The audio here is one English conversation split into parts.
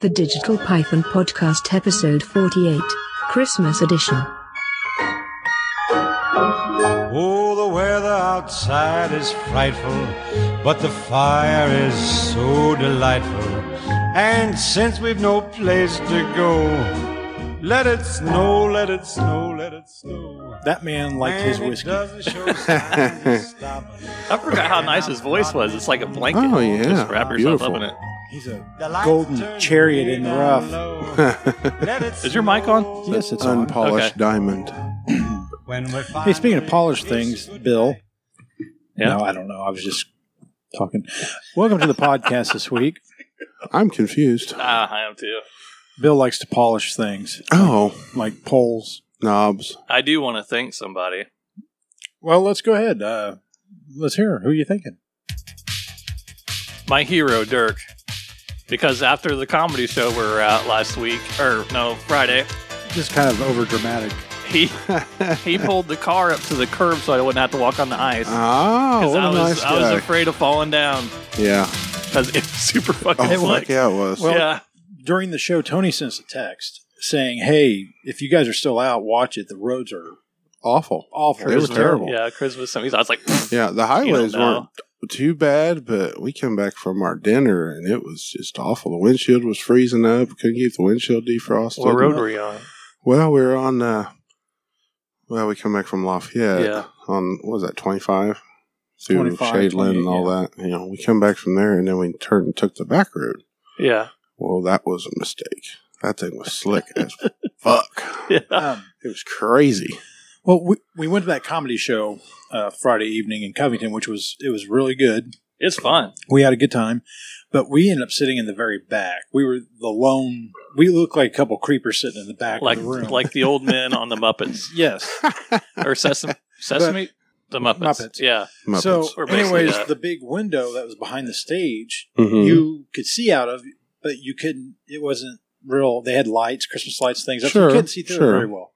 The Digital Python Podcast, Episode 48, Christmas Edition. Oh, the weather outside is frightful, but the fire is so delightful. And since we've no place to go, let it snow, let it snow, let it snow. That man liked his And it whiskey. doesn't show signs of stopping. I forgot how nice his voice was. It's like a blanket. Oh, yeah. Just wrap yourself Beautiful. up in it. He's The a lights golden turn chariot in the way down rough. low. Let it Is your mic on? snow. Yes, it's on. unpolished Okay. diamond. When we Hey, speaking of finally polished kiss things, goodbye. Bill. Yeah. No, I don't know. I was just talking. Welcome to the podcast this week. I'm confused. Ah, I am too. Bill likes to polish things Oh, like poles. knobs. I do want to thank somebody. Well, let's go ahead. Uh, let's hear. Who are you thinking? My hero, Dirk. Because after the comedy show we were at last week, or no, Friday, Just kind of over dramatic. he he pulled the car up to the curb so I wouldn't have to walk on the ice. Ah, what I a was nice I was guy. afraid of falling down yeah. because it's super fucking Oh, slick. fuck yeah, it was. Well- yeah. During the show, Tony sends a text saying, "Hey, if you guys are still out, watch it. The roads are Awful. awful. They were terrible. Yeah, Christmas. I was like, Yeah, the you don't highways weren't know. too bad, but we came back from our dinner and it was just awful. The windshield was freezing up. Couldn't keep the windshield defrosted. What road were you on? Well, we were on. Uh, well, we come back from Lafayette Yeah. on what was that twenty five through 25, Shadeland and all 28, that. You know, we come back from there and then we turned and took the back road. Yeah. Well, that was a mistake. That thing was slick as fuck. Yeah. Um, It was crazy. Well, we, we went to that comedy show uh, Friday evening in Covington, which was it was really good. It's fun. We had a good time, but we ended up sitting in the very back. We were the lone. We looked like a couple creepers sitting in the back Like of the room. like the old men on the Muppets. yes, or sesame sesame the Muppets. Muppets. Yeah, Muppets. so Or basically anyways, that. the big window that was behind the stage, Mhm. you could see out of, but you couldn't. It wasn't real. They had lights, Christmas lights, things. Up, so Sure, you couldn't see through it sure. very well.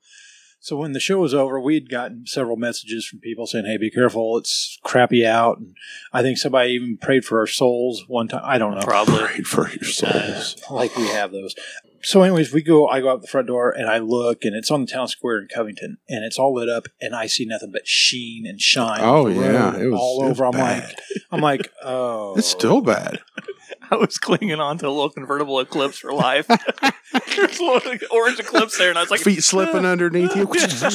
So when the show was over, we had gotten several messages from people saying, "Hey, be careful! It's crappy out." And I think somebody even prayed for our souls one time. I don't know, probably. prayed for your souls. like we have those. So, anyways, we go. I go out the front door and I look, and it's on the town square in Covington, and it's all lit up, and I see nothing but sheen and shine. Oh, on the yeah. road It was- all it was over. I'm like, bad. I'm like, oh, It's still bad. I was clinging on to a little convertible Eclipse for life. There's a little orange Eclipse there, and I was like, "Ah." Feet slipping underneath you.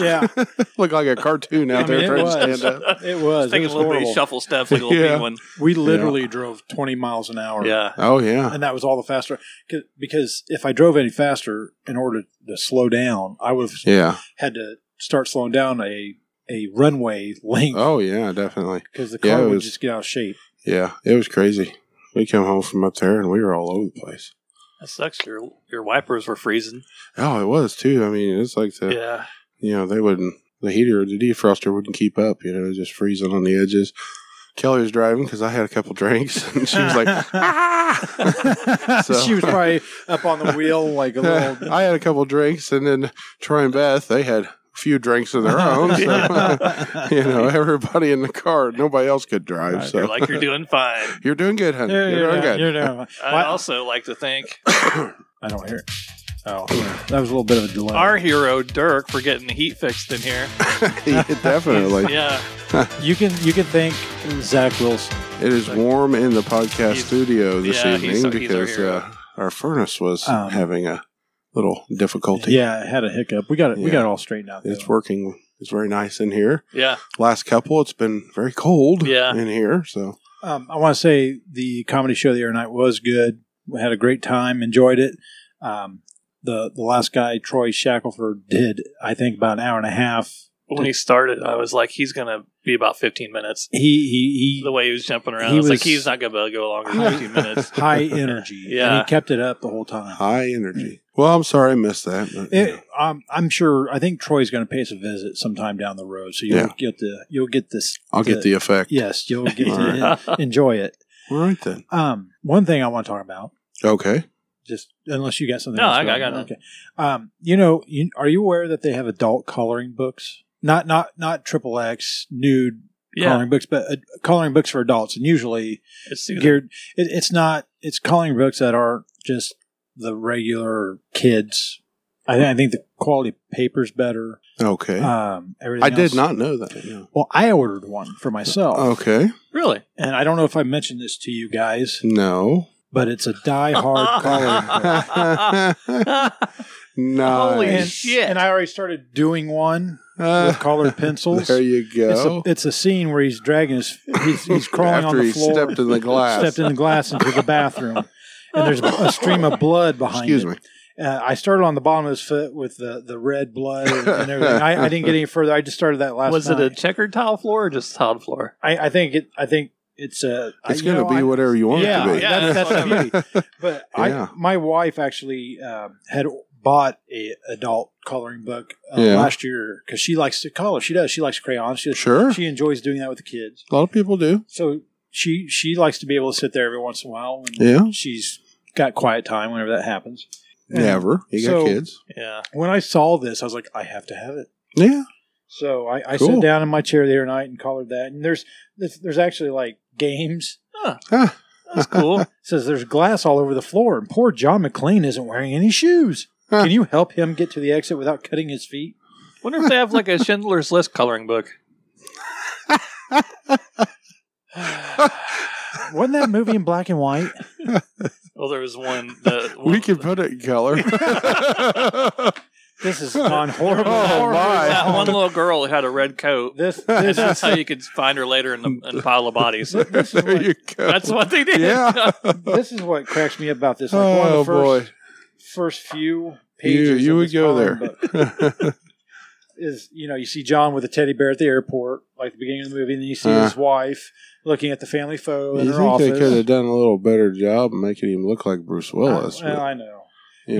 yeah. Look like a cartoon out I mean, there it trying to was. stand up. It was. It taking was a little bit horrible. of shuffle steps, like a little Yeah. penguin. We literally drove 20 miles an hour. Yeah, Oh yeah. And that was all the faster. 'cause- Because if I drove any faster in order to slow down, I would have Yeah. had to start slowing down a, a runway length Oh yeah, definitely. because the yeah, car it would was- just get out of shape. Yeah. It was crazy. We came home from up there and we were all over the place. that sucks. Your your wipers were freezing. Oh, it was too. I mean, it's like the Yeah, you know, they wouldn't, the heater, the defroster wouldn't keep up, you know, it was just freezing on the edges. Kelly was driving because I had a couple drinks and she was like, ah! So- she was probably up on the wheel like a little. I had a couple drinks and then Troy and Beth, they had a few drinks of Oh, their own. So, you know, everybody in the car, nobody else could drive. so you're like you're doing fine. "You're doing good, honey. Yeah, you're yeah, doing you're good. doing- I also like to thank I don't hear it. Oh, that was a little bit of a delay. our hero Dirk for getting the heat fixed in here. Yeah, Definitely. Yeah, you can you can thank Zach Wilson. It is warm in the podcast He's- studio this yeah, evening he's- he's our because hero. uh, our furnace was Um, having a little difficulty. Yeah, I had a hiccup. We got it. We Yeah. got it all straightened out. It's though. working. It's very nice in here. yeah. last couple it's been very cold Yeah. in here so Um, I want to say the comedy show the other night was good. We had a great time, enjoyed it. Um, the the last guy, Troy Shackelford, did I think about an hour and a half. When he started, I was like, he's gonna be about 15 minutes. He he The way he was jumping around, He I was, was- like, he's not gonna be able to go longer than 15 minutes. he high energy. and Yeah. he kept it up the whole time. high energy well i'm sorry i missed that but, you know. It, um, I'm sure. I think Troy's going to pay us a visit sometime down the road, so you'll Yeah. get the you'll get this. i'll get the effect yes, you'll get Yeah. to en- enjoy it. all right then Um, one thing I want to talk about, okay just unless you got something. No, else I got- going I on. got Okay. Um, you know, you, are you aware that they have adult coloring books? Not not not triple X nude Yeah, coloring books, but uh, coloring books for adults, and usually it's geared. It, it's not. It's coloring books that are just the regular kids. I, th- I think the quality paper's better. Okay. Um, everything I did else- not know that. no. Well, I ordered one for myself, Okay. Really? and I don't know if I mentioned this to you guys, No. but it's a Die Hard coloring book. Holy nice. shit. And I already started doing one Uh, with colored pencils. There you It's go. a, it's a scene where he's dragging his he's, he's crawling After on the he floor, stepped in the glass. stepped in the glass into the bathroom, and there's a stream of blood behind. Excuse it. me. Uh, I started on the bottom of his foot with the, the red blood and, and everything. I, I didn't get any further. I just started that last. Was it a night. checkered tile floor or just tiled floor? I, I think it. I think it's a. I- It's you going know, to be I- whatever you want yeah, it to be. Yeah, that's, that's the beauty. But Yeah. I, my wife actually um, had bought a adult coloring book uh, Yeah. last year because she likes to color. She does. She likes crayons. She Sure. she enjoys doing that with the kids. A lot of people do. So she she likes to be able to sit there every once in a while when Yeah. she's got quiet time whenever that happens. And Never. You got So- kids. Yeah. When I saw this, I was like, I have to have it. Yeah. So I, I Cool. sat down in my chair the other night and colored that. And there's there's, there's actually like games. Huh. That's cool. It says there's glass all over the floor, and poor John McLean isn't wearing any shoes. Huh. Can you help him get to the exit without cutting his feet? Wonder if they have like a Schindler's List coloring book. Wasn't that movie in black and white? Well, there was one. The, We can put it in color. This is on horrible. Oh, that my. one little girl who had a red coat. This And this that's is how you could find her later in the in a pile of bodies. this is there what, you go. That's what they did. yeah. this is what cracks me about this. Like one of oh, the boy. first first few pages. You, you of would this go coloring there. book. is you know you see John with a teddy bear at the airport, like the beginning of the movie, and then you see Uh. his wife looking at the family photo in you her think they could have office. done a little better job making him look like Bruce Willis? I, but, well, I know. you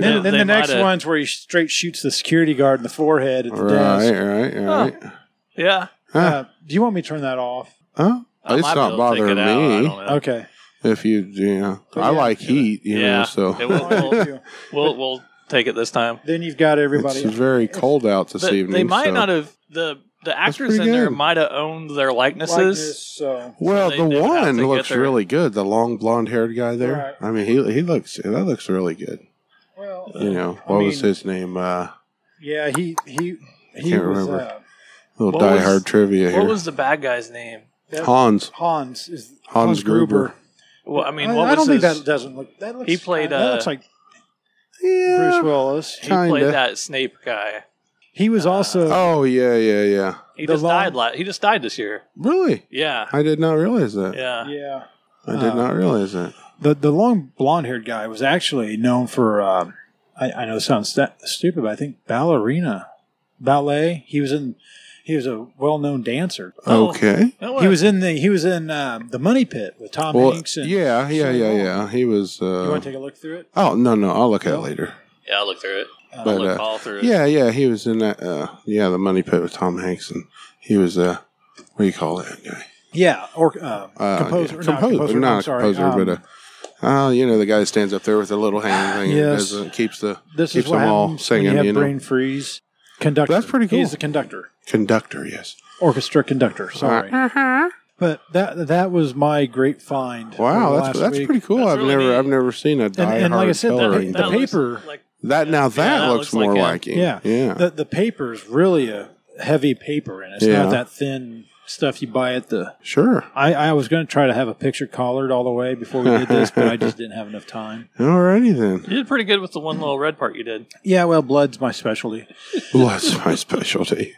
They- then know. then they the next might've- one's where he straight shoots the security guard in the forehead at the Right, desk. right, right. Yeah. Huh? Uh, do you want me to turn that off? Huh? I It's might be not able to take bothering it out. I don't me. know. Okay. If you, you know, But I yeah, like yeah. heat, you know, Yeah. so It will- Well, I do. We'll we'll take it this time. then you've got everybody. it's very cold out this But evening. they might so- not have the the actors in pretty there good. might have owned their likenesses. likeness, so Well, they- the they would have one to get looks their- really good. The long blonde haired guy there. Right. I mean, he he looks that looks really good. well, You know, I what was mean- his name? Uh, yeah. He he he Can't was remember. uh, little What was- diehard trivia here. What was the bad guy's name? that- Hans uh, Hans is Hans, Gruber. Well, I mean, I, what I was don't his, think that doesn't look. That looks. He played, That uh, looks like Yeah. Bruce Willis. he played kinda. that Snape guy. He was Uh, also Oh yeah, yeah, yeah. He The just long- died. La- he just died this year. Really? Yeah. I did not realize that. Yeah. yeah. I did Uh, not realize that. The the long blonde haired guy was actually known for. Um, I, I know it sounds sta stupid, but I think ballerina, ballet. He was in. He was a well known dancer. oh. Okay. No He way. was in the. He was in um, the Money Pit with Tom Well, Hanks. And yeah, yeah, Sarah yeah, Vaughan. yeah. He was. You Uh, want to take a look through it? oh no, no. I'll look at it later. Yeah, I looked through it. I But, looked uh, all through it. Yeah, yeah. He was in that. Uh, yeah, the Money Pit with Tom Hanks, and he was. Uh, what do you call that guy? Yeah, or um, Uh, composer. yeah. not composer, composer. not I'm sorry. composer, Um, but uh, oh, you know the guy that stands up there with the little hanging thing and Yes. does it, keeps the this keeps is what them all happens when you singing. You, have know, brain freeze. Conductor. That's pretty cool. He's the conductor. conductor. Yes. orchestra conductor. Sorry, but that that was my great find. Wow, over that's last that's week. pretty cool. That's I've really never neat. I've never seen a die and like I said, that- coloring. that book. looks- paper- like that now that, that looks looks, like more him. like him. Yeah, yeah. The the paper is really a heavy paper, and it's Yeah. not that thin stuff you buy at the. sure. I, I was going to try to have a picture collared all the way before we did this, but I just didn't have enough time. Alrighty then. You did pretty good with the one little red part you did. Yeah, well, blood's my specialty. Blood's my specialty.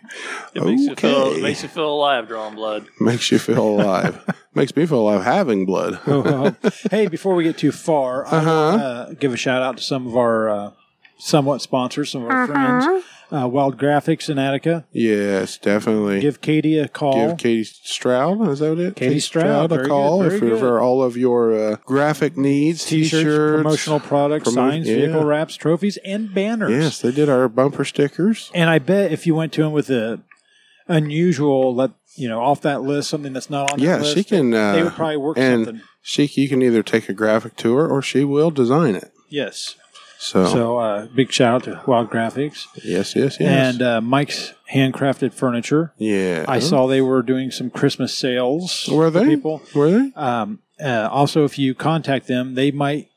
It makes you feel Okay. it makes you feel alive drawing blood. Makes you feel alive. Makes me feel alive having blood. Oh. hey, before we get too far, I want Uh-huh. to uh, give a shout out to some of our uh, somewhat sponsors, some of our friends, uh, Wild Graphics in Attica. yes, definitely. Give Katie a call. Give Katie Stroud, is that it? Katie Stroud, a very call good, if very you're for good. all of your uh, graphic needs, t-shirts, promotional products, promo- signs, yeah. vehicle wraps, trophies, and banners. Yes, they did our bumper stickers. And I bet if you went to him with a unusual, let you know, off that list, something that's not on that Yeah, list, she can. Uh, they would probably work and something. She, you can either take a graphic to her, or she will design it. Yes. So, So uh, big shout out to Wild Graphics yes, yes, yes. and uh, Mike's Handcrafted Furniture. yeah, I saw they were doing some Christmas sales. Were for they people? uh, Were they? Um, uh, also, if you contact them, they might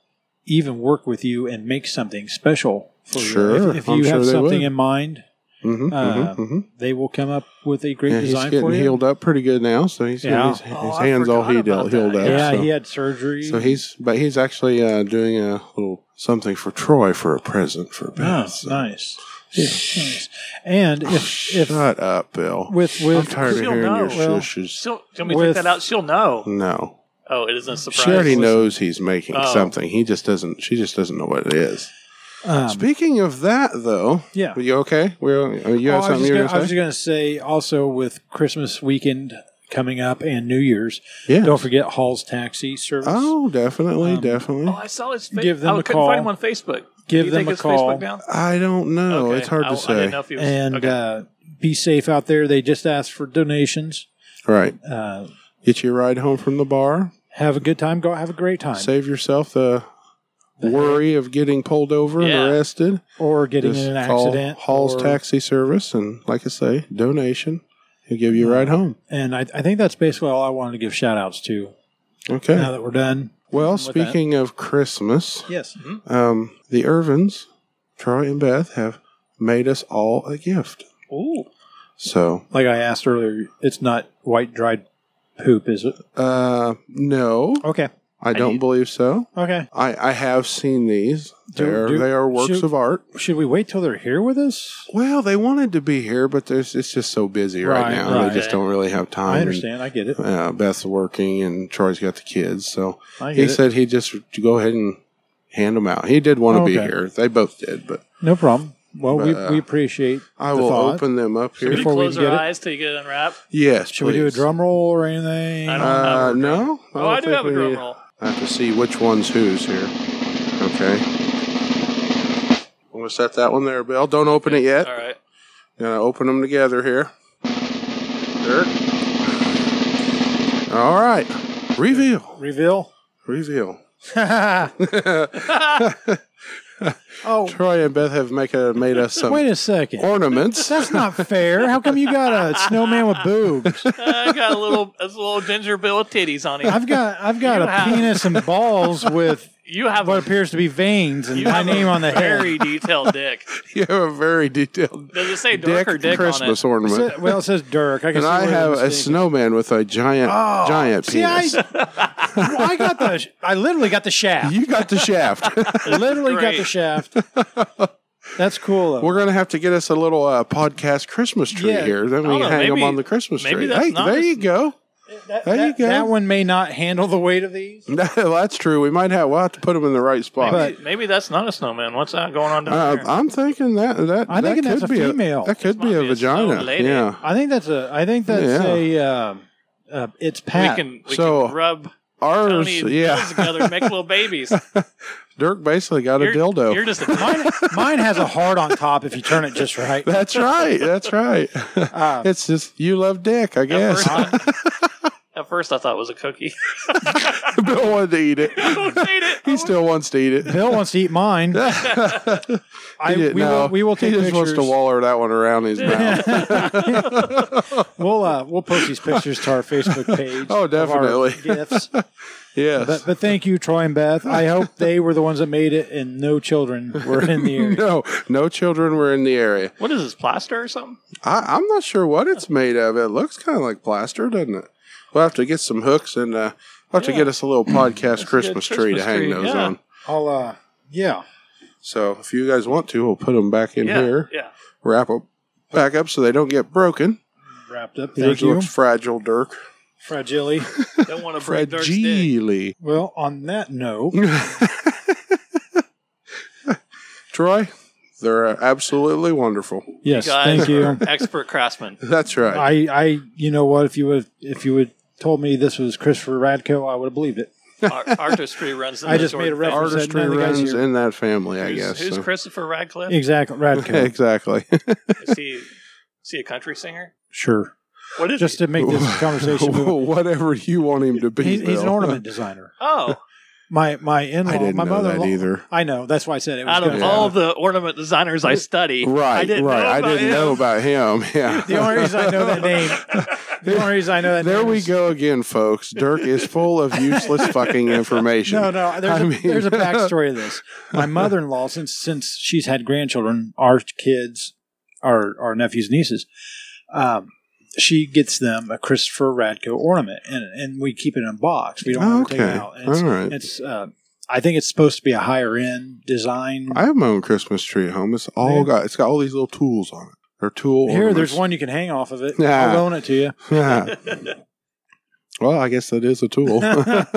even work with you and make something special for you. Sure, If, if I'm you sure have they something would. in mind, Mm-hmm, Uh, mm-hmm, mm-hmm. they will come up with a great Yeah, he's design getting for you. healed up pretty good now, so he's Yeah. got his, Oh, his I hands all forgot healed about up. Healed that. up yeah, so. he had surgery. So he's but he's actually uh, doing a little something for Troy for a present for oh, Beth. so- nice. Nice. And if if Shut up, Bill. with I'm with tired of She'll hearing your know. Well- shushes. She'll, do you want me to With- take that out? She'll know. No, Oh, it isn't a surprise. she already knows he's making Oh. something. He just doesn't. She just doesn't know what it is. um, Speaking of that, though, Yeah. are you okay? We're are you Oh, have I was something just you're gonna- I gonna, was just say? going to say also with Christmas weekend coming up and New Year's, Yeah. don't forget Hall's taxi service. Oh, definitely, Um, definitely. Oh, I saw his face. Give them oh, I a couldn't call. find him on Facebook. Give Do you them think a his call. Facebook down? I don't know. Okay. Oh, It's hard I- to I say. didn't know if he was, and okay. uh, be safe out there. They just asked for donations. right. Uh, Get you a ride home from the bar. have a good time. Go have a great time. Save yourself the worry of getting pulled over Yeah. and arrested. or getting Just in an call accident. Hall's or- taxi service, and like I say, donation. He'll give you a ride home. And I, I think that's basically all I wanted to give shout outs to Okay. now that we're done. well, with that. speaking of Christmas, Yes. Mm-hmm. um, the Irvins, Troy and Beth, have made us all a gift. Ooh. So, Like I asked earlier, it's not white dried poop, is it? uh, no, Okay. I don't need- believe so. Okay. I, I have seen these. Do- they, are, do- they are works should- of art. Should we wait till they're here with us? Well, they wanted to be here, but there's, it's just so busy right, Right, now. right. They just don't really have time. I understand. I get it. Uh, Beth's working, and Troy's got the kids. So I he get it. said he just to go ahead and hand them out. He did want to be Oh, Okay. here. They both did, but No problem. Well, we, But, uh, we appreciate. I The will thought. open them up Should here. we Before we close get our it- eyes till you get it unwrapped? yes. Should we do a please. drum roll or anything? I don't- Uh, have a drum no. Oh, don't I do think have a we drum need- roll. I have to see which one's who's here. Okay. I'm gonna set that one there, Bill. Don't open it yet. All right. Gonna open them together here. There. All right. Reveal. Reveal. Reveal. oh, Troy and Beth have make a, made us some wait a second. ornaments. That's not fair. How come you got a snowman with boobs? I got a little, a little ginger bill of titties on him. I've got I've got You a have- penis and balls with You have what a appears to be veins and you my have a name on the hair. very detailed dick. you have a very detailed Does it say dork dick or dick Christmas on It ornament. said- well, it says Dirk. I can And see I where the have a mistake is. Oh, snowman with a giant, giant See, I, penis. Well, I got the sh- I literally got the shaft. you got the shaft. literally got Great. the shaft. That's cool. Though. We're gonna have to get us a little uh, podcast Christmas tree Yeah. here. Then I we don't know, hang them maybe- on the Christmas maybe tree. that's Hey, not there as- you go. that, there you that- go. that one may not handle the weight of these. well, that's true. We might have. We'll have to put them in the right spot. But- it? Maybe that's not a snowman. What's that going on down uh, there? I'm thinking that that I'm that thinking could that's a be female. A, that could This be might a be a snow vagina. lady. yeah. I think that's a. I think that's Yeah. a. Uh, uh, it's Pat. we can, we So, can rub Ours. Tony and Bill yeah. together and make little babies. Dirk basically got You're, a dildo. You're just a mine, mine has a heart on top if you turn it just right. that's right. That's right. Uh, it's just you love dick, I At guess. first, I- at first, I thought it was a cookie. Bill wanted to eat it. Don't eat it. He still wants to eat it. Bill wants to eat mine. I, He we, didn't know. will, we will take He just wants pictures. to waller that one around his mouth. We'll uh, we'll post these pictures to our Facebook page. Oh, of our definitely. gifts. yes. But, but thank you, Troy and Beth. I hope they were the ones that made it, and no children were in the area. no, no children were in the area. What is this, plaster or something? I, I'm not sure what it's made of. It looks kind of like plaster, doesn't it? We'll have to get some hooks and uh, we'll have to get us a little podcast Christmas tree to Christmas hang tree, those yeah. on. I'll uh, yeah. So if you guys want to, we'll put them back in yeah, here, yeah. wrap them back up so they don't get broken. Wrapped up. Yours Thank you, looks fragile, Dirk. Fragile. Don't want to break Dirk's dick. Fragile. Well, on that note, Troy, they're uh, absolutely wonderful. yes, guys thank you. are Expert craftsman. That's right. I, I, you know what? If you would, if you would told me this was Christopher Radko, I would have believed it. Ar- artistry runs. In I the just made a Jordan reference. artistry none of the guys runs here. in that family, I family. Who's, guess. who's so. Christopher Radcliffe? Exactly, Radko. exactly. Is he, is he a country singer? sure. What is Just he? to make this conversation move. Whatever you want him to be. He's, he's an Bill. ornament designer. oh, My my in I law, didn't my know mother that either. I know. That's why I said it was. out of gonna- all the ornament designers I study, Right, I didn't right. Know I about didn't him. know about him. Yeah. The only reason I know that name The only reason I know that. There name we is- go again, folks. Dirk is full of useless fucking information. No, no. There's, I a mean- there's a backstory to this. My mother-in-law, since since she's had grandchildren, our kids, our our nephews, nieces, um, she gets them a Christopher Radko ornament, and and we keep it in a box. We don't Oh, ever take okay. it out. And it's, All right. It's. Uh, I think it's supposed to be a higher end design. I have my own Christmas tree at home. It's all Yeah. got it's got all these little tools on it. Or tool. Here, there's ornaments. one you can hang off of it. Yeah. I'll loan it to you. Yeah. well, I guess that is a tool.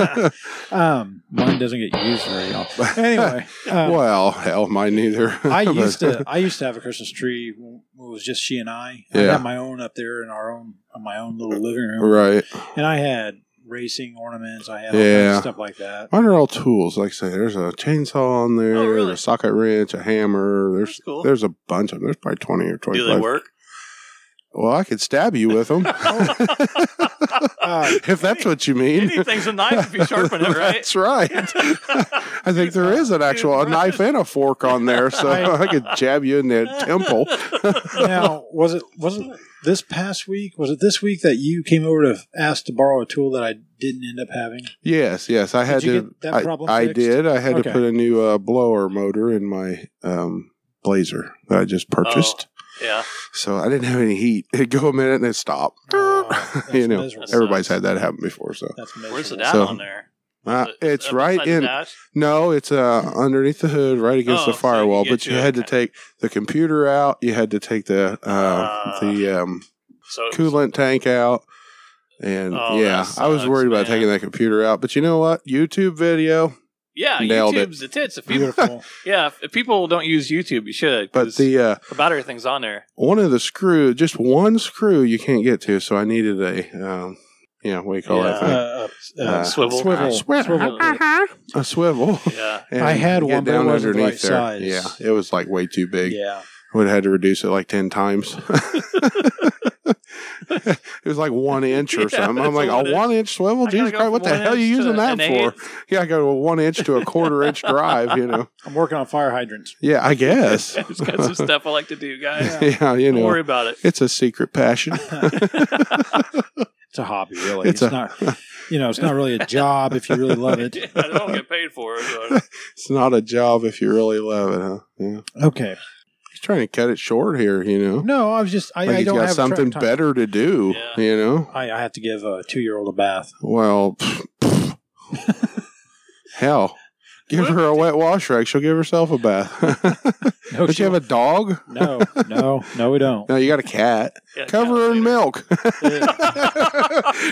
Um, mine doesn't get used very often. Anyway, um, well, hell, mine neither. I But- used to I used to have a Christmas tree. when It was just she and I. I Yeah. had my own up there in our own on my own little living room, Right. and I had racing ornaments. I had all kinds Yeah. of stuff like that. Mine are all tools. Like I say, there's a chainsaw on there, Oh, really? there's a socket wrench, a hammer. There's That's cool. there's a bunch of them. There's probably twenty or twenty Do they five. work? Well, I could stab you with them Uh, if that's what you mean. Anything's a knife if you Oh. sharpen it, right? That's right. I think there is an actual a knife and a fork on there, so Right. I could jab you in the temple. now, was it was it this past week? Was it this week that you came over to ask to borrow a tool that I didn't end up having? Yes, yes, I had you to. get that I- problem I, fixed? did. I had Okay. to put a new uh, blower motor in my um, blazer that I just Oh. purchased. Yeah. So I didn't have any heat. It'd go a minute and it stopped. Oh, that's you know, miserable. everybody's Sucks. had that happen before. So That's miserable. Where's the dad So- on there? uh, Is it it's up right beside the in. dash? No, it's uh, underneath the hood, right against Oh, the so you firewall. get but you your- had to okay. take the computer out. You had to take the uh, Ah. the um, So it was- coolant tank out. And Oh, yeah, that I was sucks, worried about man. taking that computer out. But you know what? YouTube video. yeah, nailed it. YouTube's the tits. If people, Beautiful. yeah, if, if people don't use YouTube, you should. But 'cause the uh, about everything's on there. one of the screw, just one screw, you can't get to. So I needed a um, yeah, what do you call that Yeah. thing? Uh, uh, uh, Uh, Swivel. swivel, Swivel. swivel bit. a swivel. Yeah. And I had you get one, but it wasn't the right size. Yeah, it was like way too big. Yeah, Would have had to reduce it like ten times. it was like one inch or Yeah, something. I'm it's like a a one inch. one inch swivel. I Jesus gotta go Christ, what from the one hell are you inch to using that an for? Yeah, I go to one inch to a quarter inch drive. You know. I'm working on fire hydrants. Yeah, I guess. It's got some stuff I like to do, guys. yeah, you Don't know. worry about it. It's a secret passion. It's a hobby, really. It's, It's a- not, you know, it's not really a job if you really love it. I don't get paid for it. But it's not a job if you really love it, huh? Yeah. Okay. He's trying to cut it short here, you know. No, I was just I, like I he's don't got have something a track time. better to do, Yeah. you know. I, I have to give a two-year-old a bath. Well, pff, pff. hell, give her a wet wash rag. She'll give herself a bath. No, Don't you have a dog? no, no, no, we don't. No, you got a cat. yeah, Cover yeah, her later. in milk.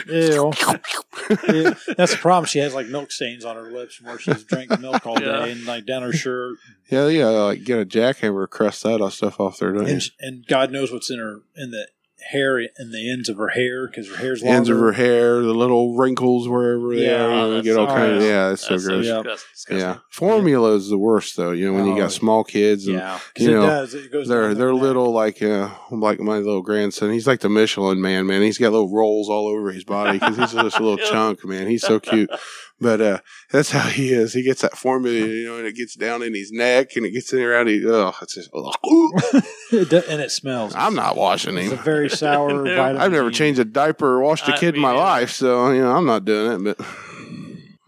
Ew. Ew. That's the problem. She has like milk stains on her lips from where she's drank milk all Yeah. day and like down her shirt yeah, yeah. Like get a jackhammer, crust that off stuff off there, don't you? and, and God knows what's in her in the hair in the ends of her hair because her hair's longer. Ends of her hair, the little wrinkles wherever they Yeah, are. you know, that's get all so kind of gross. yeah. It's so That's gross. Yeah. disgust- disgusting. Yeah, formula is the worst though. You know when you Oh. got small kids and yeah, 'Cause you it uh, know, does. It goes. They're down they're her neck. little like uh like my little grandson. He's like the Michelin man, man. He's got little rolls all over his body because he's just a little chunk, man. He's so cute, but uh that's how he is. He gets that formula, you know, and it gets down in his neck and it gets in around. He, oh, it's just. ugh. It do- and it smells. I'm not washing It's a him. very sour. I've vitamin I've never D. changed a diaper or washed a I- kid in me my neither. life, so you know I'm not doing it.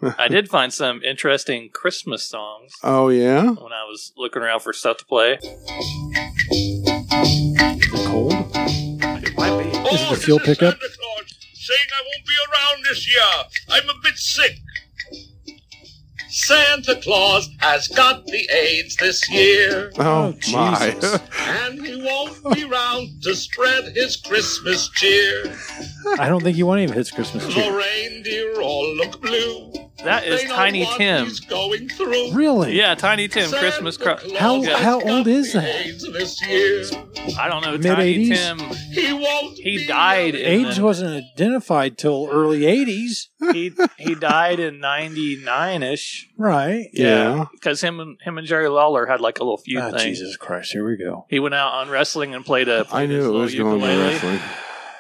But I did find some interesting Christmas songs oh yeah, when I was looking around for stuff to play. cold. It might be. Is it Oh, the fuel this is pickup? Santa Claus Saying I won't be around this year. I'm a bit sick. Santa Claus has got the AIDS this year, oh, Oh, my, Jesus. and he won't be round to spread his Christmas cheer. I don't think you want any of his Christmas The tree. reindeer all look blue. That is They know Tiny what Tim. He's going through. Really? Yeah, Tiny Tim, Santa Christmas Cro- Claus How- has how got old the is that? AIDS this year. I don't know. Tiny Mid-eighties? Tim. He won't. He be died around. in AIDS wasn't identified till early '80s, He he died in '99 ish. right? yeah. because him and him and Jerry Lawler had like a little feud Ah, thing. Jesus Christ! Here we go. He went out on wrestling and played a. I played his knew it little was going to ukulele, wrestling.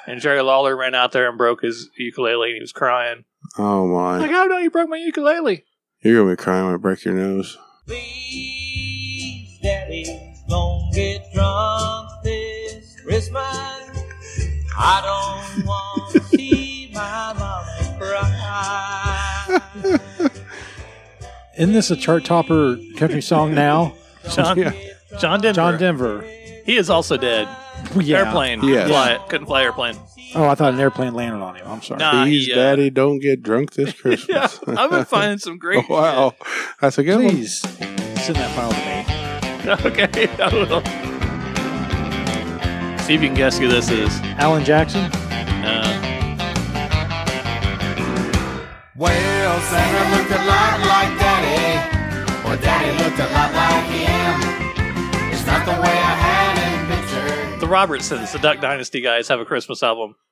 And Jerry Lawler ran out there and broke his ukulele, and he was crying. Oh my. Like, oh no, you broke my ukulele! You're gonna be crying when I break your nose. Please, Daddy, don't get drunk this Christmas. I don't want Isn't this a chart topper country song now? John, Yeah. John Denver. John Denver. he is also dead. Yeah. Airplane. Yes. Couldn't fly it. Couldn't fly airplane. Oh, I thought an airplane landed on him. I'm sorry. Nah, Please, he, uh, Daddy, don't get drunk this Christmas. Yeah, I've been finding some great. wow, that's a good one. Please send that file to me. shit. Okay, I will. See if you can guess who this is. Alan Jackson. Uh, Well, Santa looked a lot like Daddy, or Daddy looked a lot like him. It's not the way I had him pictured. the Robertsons, the Duck Dynasty guys, have a Christmas album.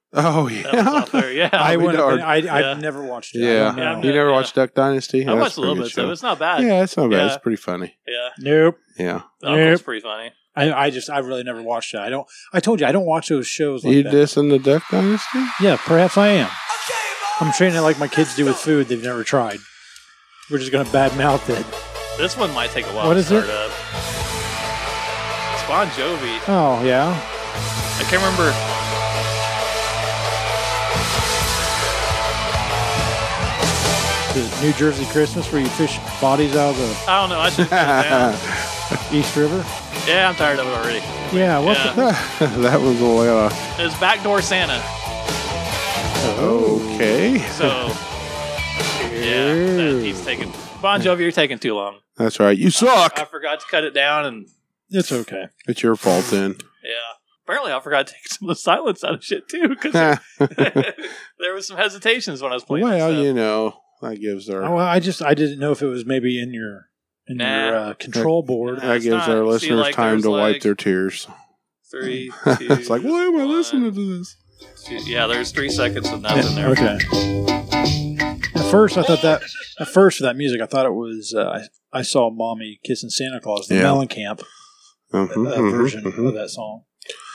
That Oh was yeah, out there. Yeah, I we wouldn't. are- I, yeah. I've never watched it. I yeah. don't Yeah, I'm know. You never yeah. watched Duck Dynasty? I That's watched a pretty little bit, good show. so it's not bad. yeah, it's not bad. Yeah. It's pretty funny. yeah. Nope. Yeah, The uncle's Yep. pretty funny. I, I just. I really never watched it. I don't. I told you I don't watch those shows like you that. dissing the Duck Dynasty? Yeah, perhaps I am. I'm treating it like my kids do with food they've never tried. We're just gonna badmouth it. This one might take a while What to is start it? up. It's Bon Jovi. Oh yeah. I can't remember. The New Jersey Christmas where you fish bodies out of the I don't know. I should. yeah, East River. Yeah, I'm tired of it already. Yeah. What Yeah. that was a way off. It was Backdoor Santa. Okay, So, yeah, that, he's taking. Bon Jovi, you're taking too long. that's right. You I suck. forgot to cut it down, and the? It's okay. It's your fault then. yeah. Apparently, I forgot to take some of the silence out of shit too, because there was some hesitations when I was playing. it, well, so. you know that gives Oh, her. well, I just I didn't know if it was maybe in your in Nah. your uh, control board. Nah. that it's gives not. our See, listeners like, time there's to like- wipe their tears. three. Two, it's like, why am I one, listening to this? two- yeah, there's three seconds of nothing there. Okay. At first, I thought that at first for that music, I thought it was uh, I, I saw mommy kissing Santa Claus, the Yeah. Mellencamp Mhm, uh, mhm, version mhm. of that song.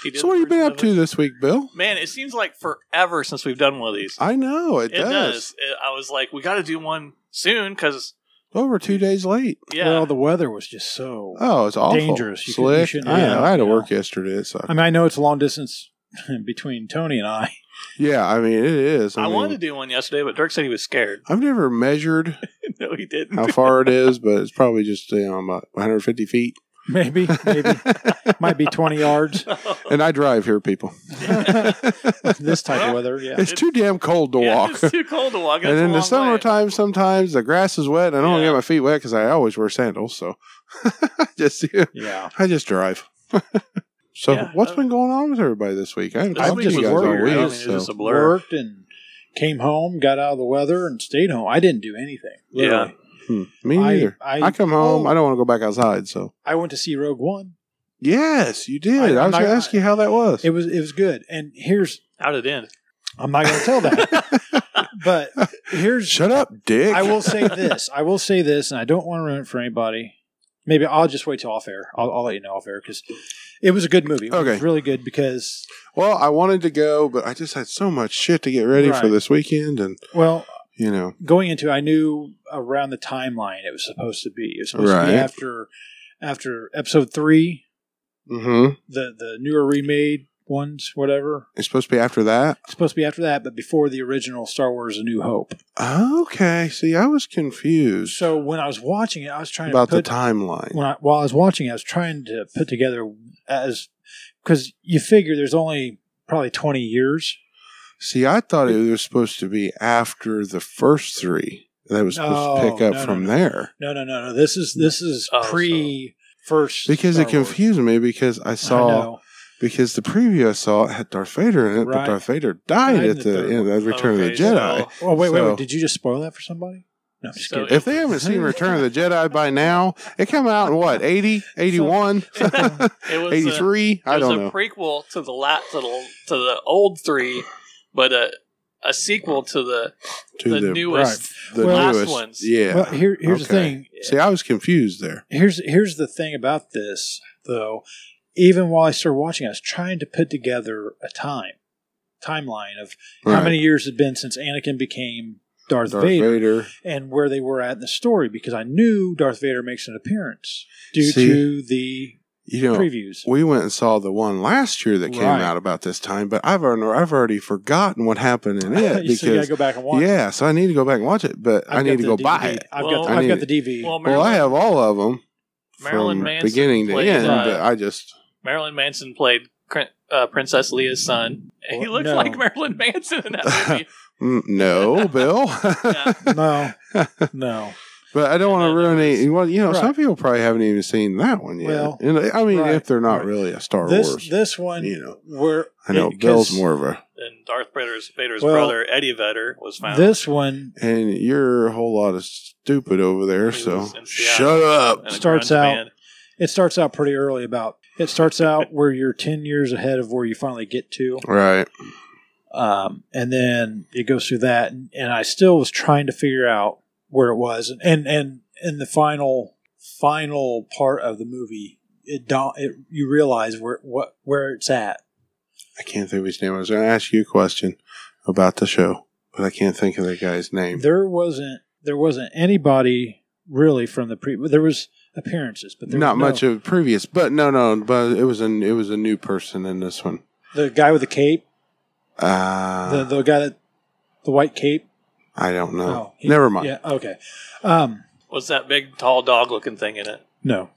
He did So, what have you been up to this week, Bill? Man, it seems like forever since we've done one of these. I know it, It does. It- I was like, we got to do one soon because Well, we're two days late. yeah, Well, the weather was just so. Oh, it's awful. Dangerous. You could- you Slick. shouldn't- I, know. yeah, I had to yeah. work yesterday. It sucked. I mean, I know it's a long distance between Tony and I. yeah, I mean it is. I, mean, wanted to do one yesterday, but Dirk said he was scared. I've never measured no, he didn't. how far it is, but it's probably just you know, about 150 feet. Maybe, maybe, might be twenty yards. And I drive here, people. This type of weather, yeah. It's too damn cold to Yeah, walk. It's too cold to walk. And That's in a the long way. summertime, sometimes the grass is wet, and I don't Yeah. get my feet wet because I always wear sandals. So just yeah, Yeah, I just drive. so Yeah. uh, what's been going on with everybody this week? I haven't This talked week to you was guys all weird. week. I mean, so. it was a blur. worked and came home, got out of the weather, and stayed home. I didn't do anything. literally. Hmm. Me I- neither. I, I- come home. oh. I don't want to go back outside. So I went to see Rogue One. yes, you did. I, I- was I- going to ask you how that was. It was it was good. And here's How did it end? I'm not going to tell that, but here's Shut up, Dick. I will say this. I will say this, and I don't want to ruin it for anybody. Maybe I'll just wait till off air. I'll, I'll let you know off air because it was a good movie. It Okay. was really good because Well, I wanted to go, but I just had so much shit to get ready for Right. this weekend, and well, you know, going into it, I knew around the timeline it was supposed to be. It was supposed to Right. be after after episode three, mm-hmm. the the newer remade ones, whatever. it's supposed to be after that. It's supposed to be after that, but before the original Star Wars: A New Hope. Okay, see, I was confused So when I was watching it, I was trying about to the put timeline. when I, while I was watching, it, I was trying to put together as because you figure there's only probably 20 years. See, I thought it was supposed to be after the first three. That was supposed to No, pick up Oh, no, no, from no. there No, no, no, no. This is this is Oh, so- pre first because Star it Wars. confused me because I I saw. know. because the preview I saw had Darth Vader in it, but Right. Darth Vader died Died in at the the, third end of Return of Okay, the Jedi. Oh wait, wait, So- wait. Did you just spoil that for somebody? No, I'm just So- kidding. If they haven't seen Return of the Jedi by now, it come out in what, 80, 81, It was a- 83? I It was don't a know. prequel to the la- to the, to the old three, but a a sequel to the To the, newest. the Well- last newest. ones. Yeah. Well, here, here's the Okay. thing. See, I was confused there. Here's here's the thing about this though. Even while I started watching, I was trying to put together a time timeline of how Right. many years had been since Anakin became Darth, Darth Vader, Vader. and where they were at in the story because I knew Darth Vader makes an appearance due See? to the You know, previews. we went and saw the one last year that came Right. out about this time, but I've already, I've already forgotten what happened in it you still gotta because go back and watch. yeah, so I need to go back and watch it, but I've i got need to the go DVD. buy it. I've Well, got I've got the I DVD. Well, Well, I have all of them Marilyn from Manson beginning to played, end, uh, but I just Marilyn Manson played Cr- uh, Princess Leah's son. And he Well, looks no. like Marilyn Manson in that movie. mm, no, Bill. Yeah. no, no. But I don't want to And then ruin there was- any. Well, you know, Right. some people probably haven't even seen that one yet. Well, and I mean, right, if they're not right. really a Star This Wars, this one, you know, where I know it- Bill's 'cause more of a, And Darth Vader's, Vader's Well, brother, Eddie Vedder, was found. This one and you're a whole lot of stupid over there. He So was in Seattle. shut up. in a starts grunge out- band. it starts out pretty early. About it starts out where you're ten years ahead of where you finally get to. Right. um, and then it goes through that and, and i still was trying to figure out where it was and and and in the final final part of the movie it, dawn- it you realize where what where it's at I can't think of his name. I was going to ask you a question about the show, but I can't think of that guy's name. there wasn't there wasn't anybody really from the pre there was appearances but there Not was no- much of previous, but no, no, but it was an it was a new person in this one. the guy with the cape Uh, the, the guy that the white cape I don't know. Oh, he- Never mind. yeah okay um What's that big, tall dog looking thing in it? no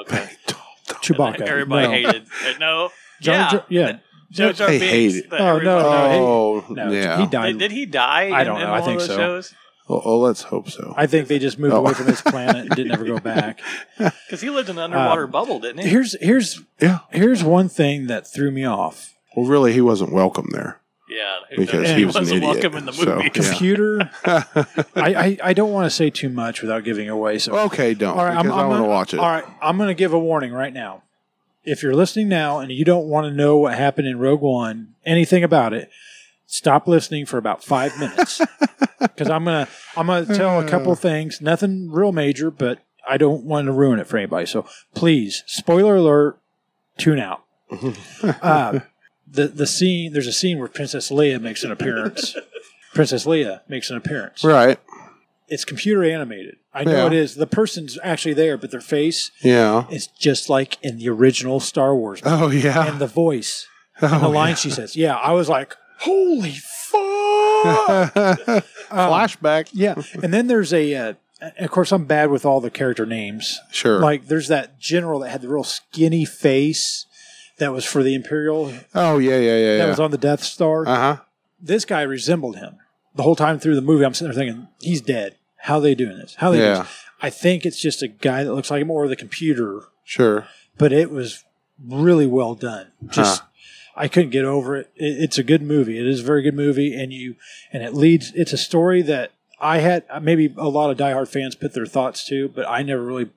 Okay. chewbacca Everybody no. hated it. No. Johnny yeah. Dr- yeah Jar Jar They Binks, hate it. but Oh, everybody- no, he- Oh, no yeah. he Did, died did he die? I in- don't in know. I one of think those so. Shows? Oh, oh, let's hope so. I think they just moved Oh. away from this planet and didn't ever go back. Because he lived in an underwater Um, bubble, didn't he? Here's here's yeah. here's one thing that threw me off. Well, really, he wasn't welcome there. yeah, who Because knows? he was an wasn't idiot, welcome in the so- movie. Yeah. Computer. I, I I don't want to say too much without giving away. So Okay, don't. all right, I'm, because I'm I want to gonna- watch it. All right, I'm going to give a warning right now. If you're listening now and you don't want to know what happened in Rogue One, anything about it, stop listening for about five minutes because I'm gonna I'm gonna tell a Uh. couple things. Nothing real major, but I don't want to ruin it for anybody. So please, spoiler alert, tune out. uh, the the scene there's a scene where Princess Leia makes an appearance. Princess Leia makes an appearance. Right. It's computer animated. I know Yeah. it is. The person's actually there, but their face Yeah. it's just like in the original Star Wars. Oh yeah. And the voice, oh, and the line she says. Yeah, I was like, holy fuck. Flashback. Um, yeah. And then there's a, uh, and of course, I'm bad with all the character names. Sure. Like, there's that general that had the real skinny face that was for the Imperial oh yeah, yeah, yeah, that yeah. was on the Death Star. Uh huh. this guy resembled him the whole time through the movie. I'm sitting there thinking, he's dead. How they doing this? How they doing Yeah. this? I think it's just a guy that looks like him or the computer Sure. but it was really well done. Just I couldn't get over it. it. It's a good movie. It is a very good movie, and you and it leads. It's a story that I had maybe a lot of diehard fans put their thoughts to, but I never really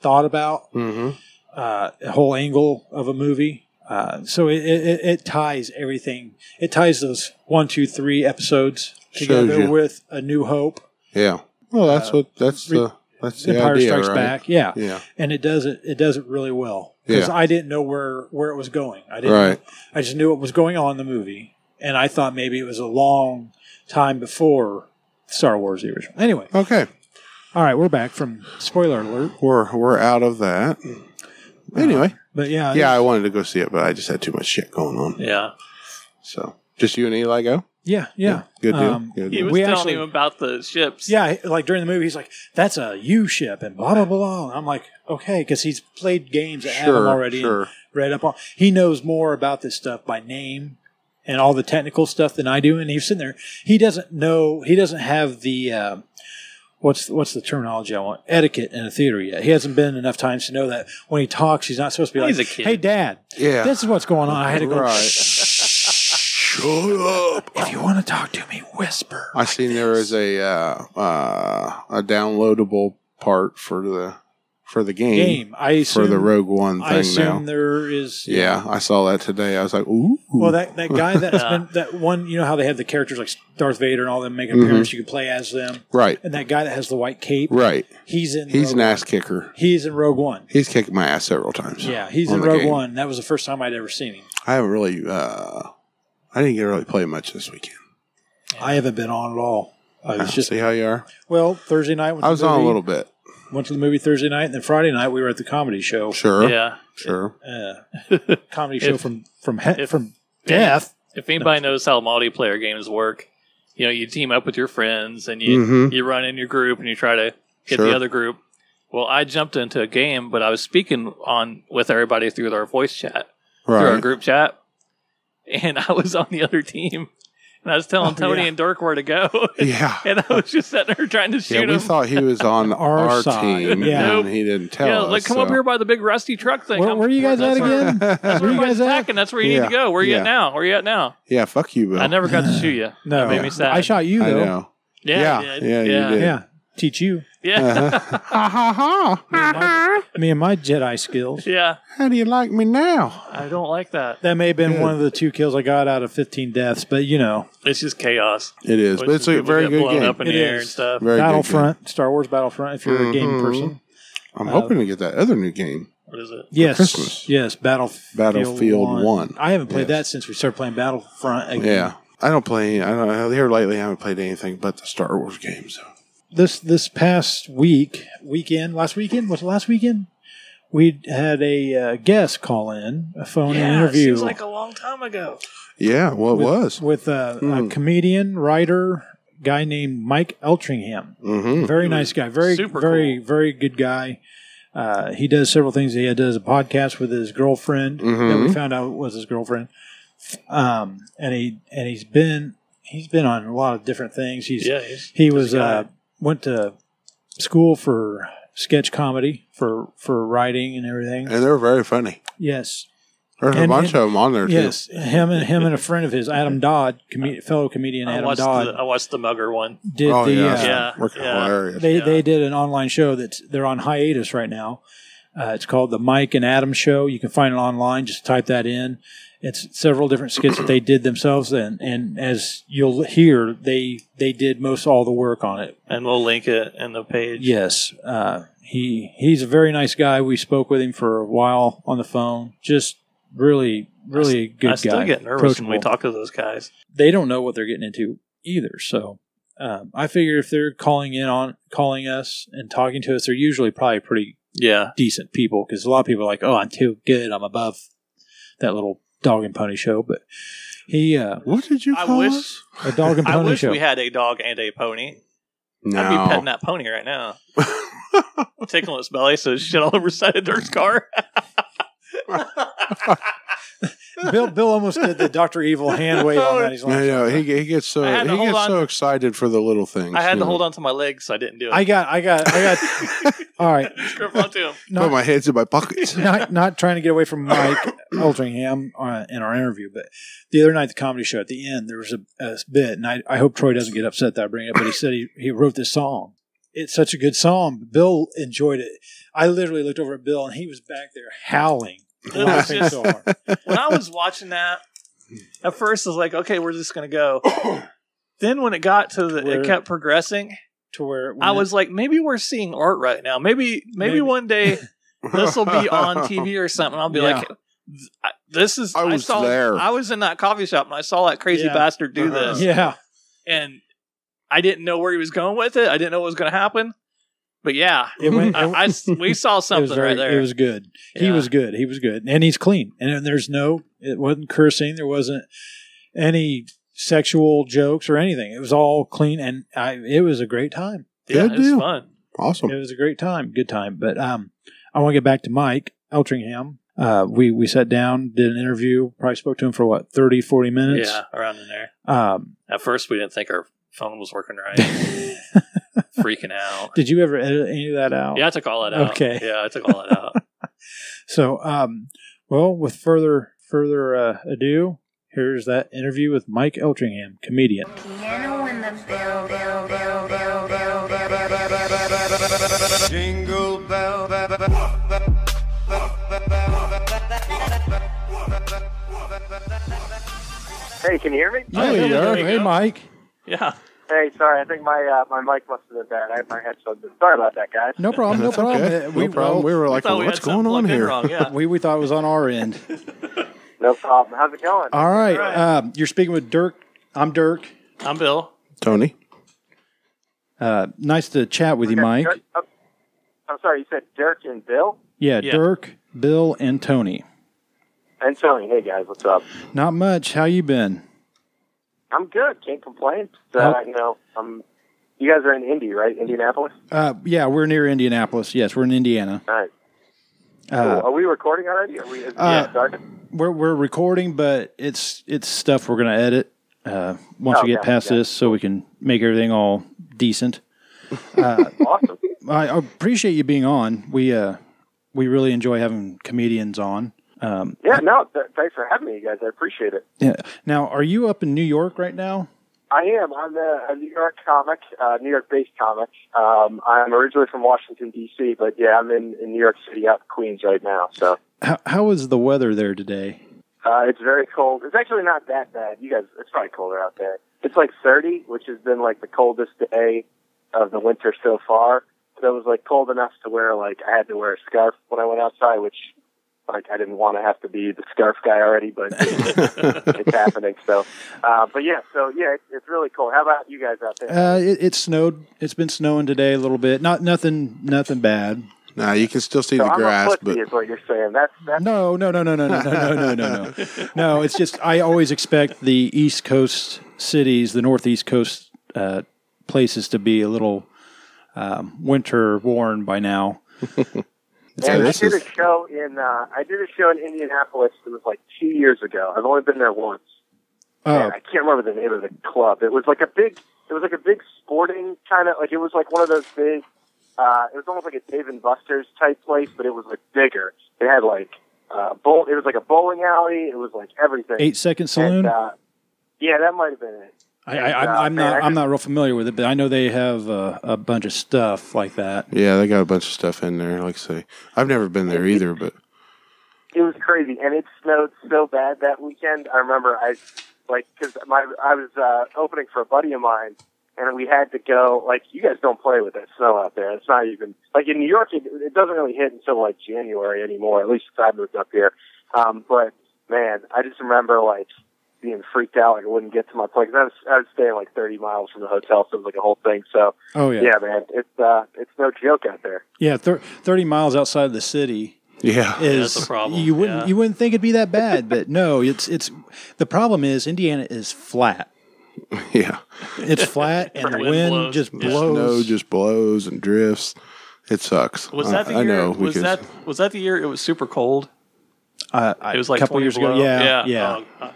thought about Mm-hmm. uh, a whole angle of a movie. Uh, so it, it, it- it ties everything. It ties those one, two, three episodes Shows together you. with A New Hope, Yeah. Well, that's Uh, what. That's re- the. That's the Empire idea, Strikes right? Back. Yeah, Yeah. and it does it. It does it really well because Yeah. I didn't know where where it was going. I didn't. Right. I just knew what was going on in the movie, and I thought maybe it was a long time before Star Wars the original. Anyway, Okay. all right, we're back from spoiler alert. We're we're out of that. Anyway. But yeah, yeah, I wanted to go see it, but I just had too much shit going on. yeah. So just you and Eli go. yeah, yeah. Good deal. Um, Good He deal. was We telling actually- him about the ships. Yeah, like during the movie, he's like, "That's a U ship," and blah blah blah. And I'm like, okay, because he's played games that have him Sure, already and sure. read up on. He knows more about this stuff by name and all the technical stuff than I do. And he's sitting there. He doesn't know. He doesn't have the uh, what's what's the terminology I want etiquette in a theater yet. He hasn't been enough times to know that when he talks, he's not supposed to be He's like, a kid. "Hey, Dad, Yeah. this is what's going on." I had to go. Right. Shh. Shut up. If you want to talk to me, whisper. I seen there is a uh, uh, a downloadable part for the for the game, game. I assume, for the Rogue One I thing assume now. there is Yeah, I saw that today. I was like, ooh. Well, that, that guy that has Yeah. been that one, you know how they have the characters like Darth Vader and all them make an Mhm. appearance. You can play as them, right, and that guy that has the white cape, right. he's in. He's Rogue an One. ass kicker. He's in Rogue One. He's kicked my ass several times. Yeah, he's on in the Rogue game. One. That was the first time I'd ever seen him. I haven't really. Uh, I didn't get to really play much this weekend. I haven't been on at all. I was just Ah, See how you are. well Thursday night. When I was on a little bit. went to the movie Thursday night, and then Friday night we were at the comedy show. Sure. Yeah. Sure. Uh, comedy show If- from from he- if- from death. If anybody knows how multiplayer games work, you know, you team up with your friends and you Mm-hmm. you run in your group and you try to get Sure. the other group. Well, I jumped into a game, but I was speaking on with everybody through our voice chat, through our Right. group chat, and I was on the other team, and I was telling Oh, Tony yeah. and Dirk where to go, Yeah. and I was just sitting there trying to shoot Yeah, him. we thought he was on Our our, side. team, Yeah. and he didn't tell yeah, us. like come so. up here by the big rusty truck thing. Where, I'm- where are you guys at that's where- again? That's Where where you guys everybody's at? attacking. That's where you need Yeah. to go. Where are you Yeah. at now? Where are you at now? yeah, fuck you, Bill. I never got to shoot you. No, That made me sad. I shot you I though. know. Yeah, Yeah, I yeah, you yeah, did. Yeah, teach you yeah. Uh-huh. ha ha ha! me and Uh-huh. my, me and my Jedi skills. Yeah. How do you like me now? I don't like that. That may have been Good. one of the two kills I got out of 15 deaths, but you know, It's just chaos. It is, but Bunch it's of a people very get good blown game. Up in It the air is. and stuff. Very good Battlefront, Star Wars Battlefront, if you're a game Mhm. person. game. I'm hoping to get that other new game. What is it? Yes. Christmas. Yes, Battlefield, Battlefield 1. One. I haven't played Yes. that since we started playing Battlefront again. Yeah, I don't play. I don't. I- Here lately, I haven't played anything but the Star Wars games. So. This this past week, weekend, last weekend, was it last weekend? We had a uh, guest call in, a phone interview. seems like a long time ago. Yeah, well, it was. Hmm. with uh, a comedian, writer, guy named Mike Eltringham. Mm-hmm. Very nice guy. Very, super very, cool. very good guy. Uh, he does several things. He does a podcast with his girlfriend that we Mhm. found out was his girlfriend. Um, and he and he's been he's been on a lot of different things. He's Yeah, he's- he was guy. uh, went to school for sketch comedy for for writing and everything. And they're very funny. Yes, There's a And- bunch of them on there yes. Him and him and a friend of his, Adam Dodd, comed- fellow comedian I Adam watched, the, Dodd, I watched the Mugger one. too. did Oh the yeah, uh, Yeah, working yeah. hilarious. They Yeah. they did an online show that's they're on hiatus right now. Uh, it's called the Mike and Adam Show. You can find it online. Just type that in. It's several different skits that they did themselves, and and as you'll hear, they they did most all the work on it. And we'll link it in the page. Yes, uh, he he's a very nice guy. We spoke with him for a while on the phone. Just really, really a good I still guy. get nervous when we approachable talk to those guys. they don't know what they're getting into either. So um, I figure if they're calling in on calling us and talking to us, they're usually probably pretty Yeah. decent people because a lot of people are like, "Oh, I'm too good. I'm above that little dog and pony show." But he uh, What did you I call wish- us? a dog and I pony wish show. we had a dog and a pony. I'd be petting No. that pony right now. Tickling its belly so it's shit all over the side of Dirk's car. Bill Bill almost did the Doctor Evil hand wave on that. He's No, like, no, he, he gets so Oh, I had to he hold gets on so to- excited for the little things. I had you to know. hold on to my legs so I didn't do it. "I got, I got, I got." All right, Grip onto him. Put not, my hands in my pockets. not not trying to get away from Mike Eltringham uh, in our interview, but the other night at the comedy show at the end there was a, a bit, and I, I hope Troy doesn't get upset that I bring it up, but he said he, he wrote this song. It's such a good song. Bill enjoyed it. I literally looked over at Bill, and he was back there howling, was laughing so hard. when I was watching that, at first I was like, okay, we're just gonna go. then when it got to the, Where- it kept progressing. To where I was like, maybe we're seeing art right now. Maybe, maybe, Maybe. one day this will be on TV or something. I'll be Yeah. like, th- I- this is. I was saw, there. I was in that coffee shop and I saw that crazy Yeah. bastard do Uh-huh. this, yeah, and I didn't know where he was going with it. I didn't know what was going to happen. But yeah, it went. I, I s- we it saw was something very, right there. It was good. He Yeah. was good. He was good, and he's clean. And there's no, it wasn't cursing. There wasn't any sexual jokes or anything. It was all clean, and I, it was a great time. yeah, Good it was deal. fun. Awesome. It was a great time, good time. But um, I want to get back to Mike Eltringham. Uh, we we sat down, did an interview. Probably spoke to him for what 30, 40 minutes. Yeah, around in there. Um, At first, we didn't think our phone was working right. Freaking out. did you ever edit any of that out? Yeah, I took all that out. Okay. Yeah, I took all that out. So, um, well, with further further uh, ado, here's that interview with Mike Eltringham, comedian. Piano in the building. Jingle bell, bell, bell. Hey, can you hear me? hey, there we Eric. go. Mike. Yeah. Hey, sorry, I think my uh, my mic must have been bad. I have my headphones. in. Sorry about that, guys. No problem. No That's problem. okay. Uh, no problem. We were like, Thought we what's had something going on plugged in here? Wrong. Yeah. we, we thought it was on our end. No problem. How's it going? All right. Right. Um, you're speaking with Dirk. I'm Dirk. I'm Bill. Tony. Uh, nice to chat with you, Mike. Good. Oh, I'm sorry, you said Dirk and Bill? Yeah, Yeah. Dirk, Bill, and Tony. And Tony, hey guys, what's up? Not much. How you been? I'm good. Can't complain. Uh, Oh. You know, um, you guys are in Indy, right? Indianapolis? Uh, yeah, we're near Indianapolis. Yes, we're in Indiana. All right. Cool. Uh, are we recording already? Are we, is Uh, it started? we're we're recording, but it's it's stuff we're gonna edit uh, once we get Okay, past yeah. this, so we can make everything all decent. Awesome. I appreciate you being on. We uh, we really enjoy having comedians on. Yeah, no, th- thanks for having me, you guys. I appreciate it. Yeah. Now, are you up in New York right now? I am. I'm a, a New York comic, uh, New York-based comic. Um, I'm originally from Washington, D.C., but yeah, I'm in, in New York City, out in Queens right now, so... How how is the weather there today? Uh, it's very cold. It's actually not that bad. You guys, it's probably colder out there. It's like 30, which has been like the coldest day of the winter so far. So it was like cold enough to wear like I had to wear a scarf when I went outside, which like I didn't want to have to be the scarf guy already, but it's happening. So, uh, but yeah, so yeah, it's, it's really cold. How about you guys out there? Uh, it, it snowed. It's been snowing today a little bit. Not nothing nothing bad. Nah, you can still see so the I'm grass, a pussy, but is what you're saying. That's that's No, no, no, no, no, no, no, no, no, no, no. No, it's just I always expect the East Coast cities, the Northeast Coast uh, places, to be a little um, winter worn by now. So And I this did is- a show in uh, I did a show in Indianapolis. It was like two years ago. I've only been there once. Oh, and I can't remember the name of the club. It was like a big, it was like a big sporting kind of like it was like one of those big. Uh, it was almost like a Dave and Buster's type place, but it was like bigger. It had like uh, bowl. It was like a bowling alley. It was like everything. eight second And, saloon. uh, yeah, that might have been it. I, I, I'm, I'm uh, man, not. I I'm not real familiar with it, but I know they have uh, a bunch of stuff like that. yeah, they got a bunch of stuff in there. Like I say, I've never been there either, but it was crazy, and it snowed so bad that weekend. I remember I like because my I was uh, opening for a buddy of mine, and we had to go. Like you guys don't play with that snow out there. It's not even like in New York. It, it doesn't really hit until like January anymore. At least since I moved up here. Um, but man, I just remember like being freaked out. Like I wouldn't get to my place. 'Cause I was I was staying like 30 miles from the hotel, so it was like a whole thing. So Oh yeah, yeah, man, it's uh, it's no joke out there. yeah. Thir- Thirty miles outside of the city yeah, is that's a problem, You wouldn't yeah. you wouldn't think it'd be that bad, but no, it's it's the problem is Indiana is flat. yeah. It's flat and the Wind wind blows. just Yeah. Snow blows. just blows and drifts. It sucks. Was that the I, year? I know was because that was that the year it was super cold? uh, I- It was like a couple 20 years ago. below? Yeah, yeah. yeah. Oh,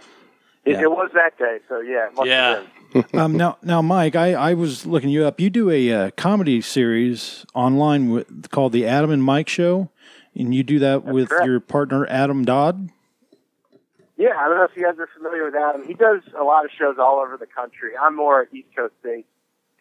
It, Yeah. it was that day, so yeah, it must Yeah. Have been. um, now, now, Mike, I, I was looking you up. You do a uh, comedy series online with, called the Adam and Mike Show, and you do that with correct. your partner Adam Dodd. Yeah, I don't know if you guys are familiar with Adam. He does a lot of shows all over the country. I'm more East Coast based.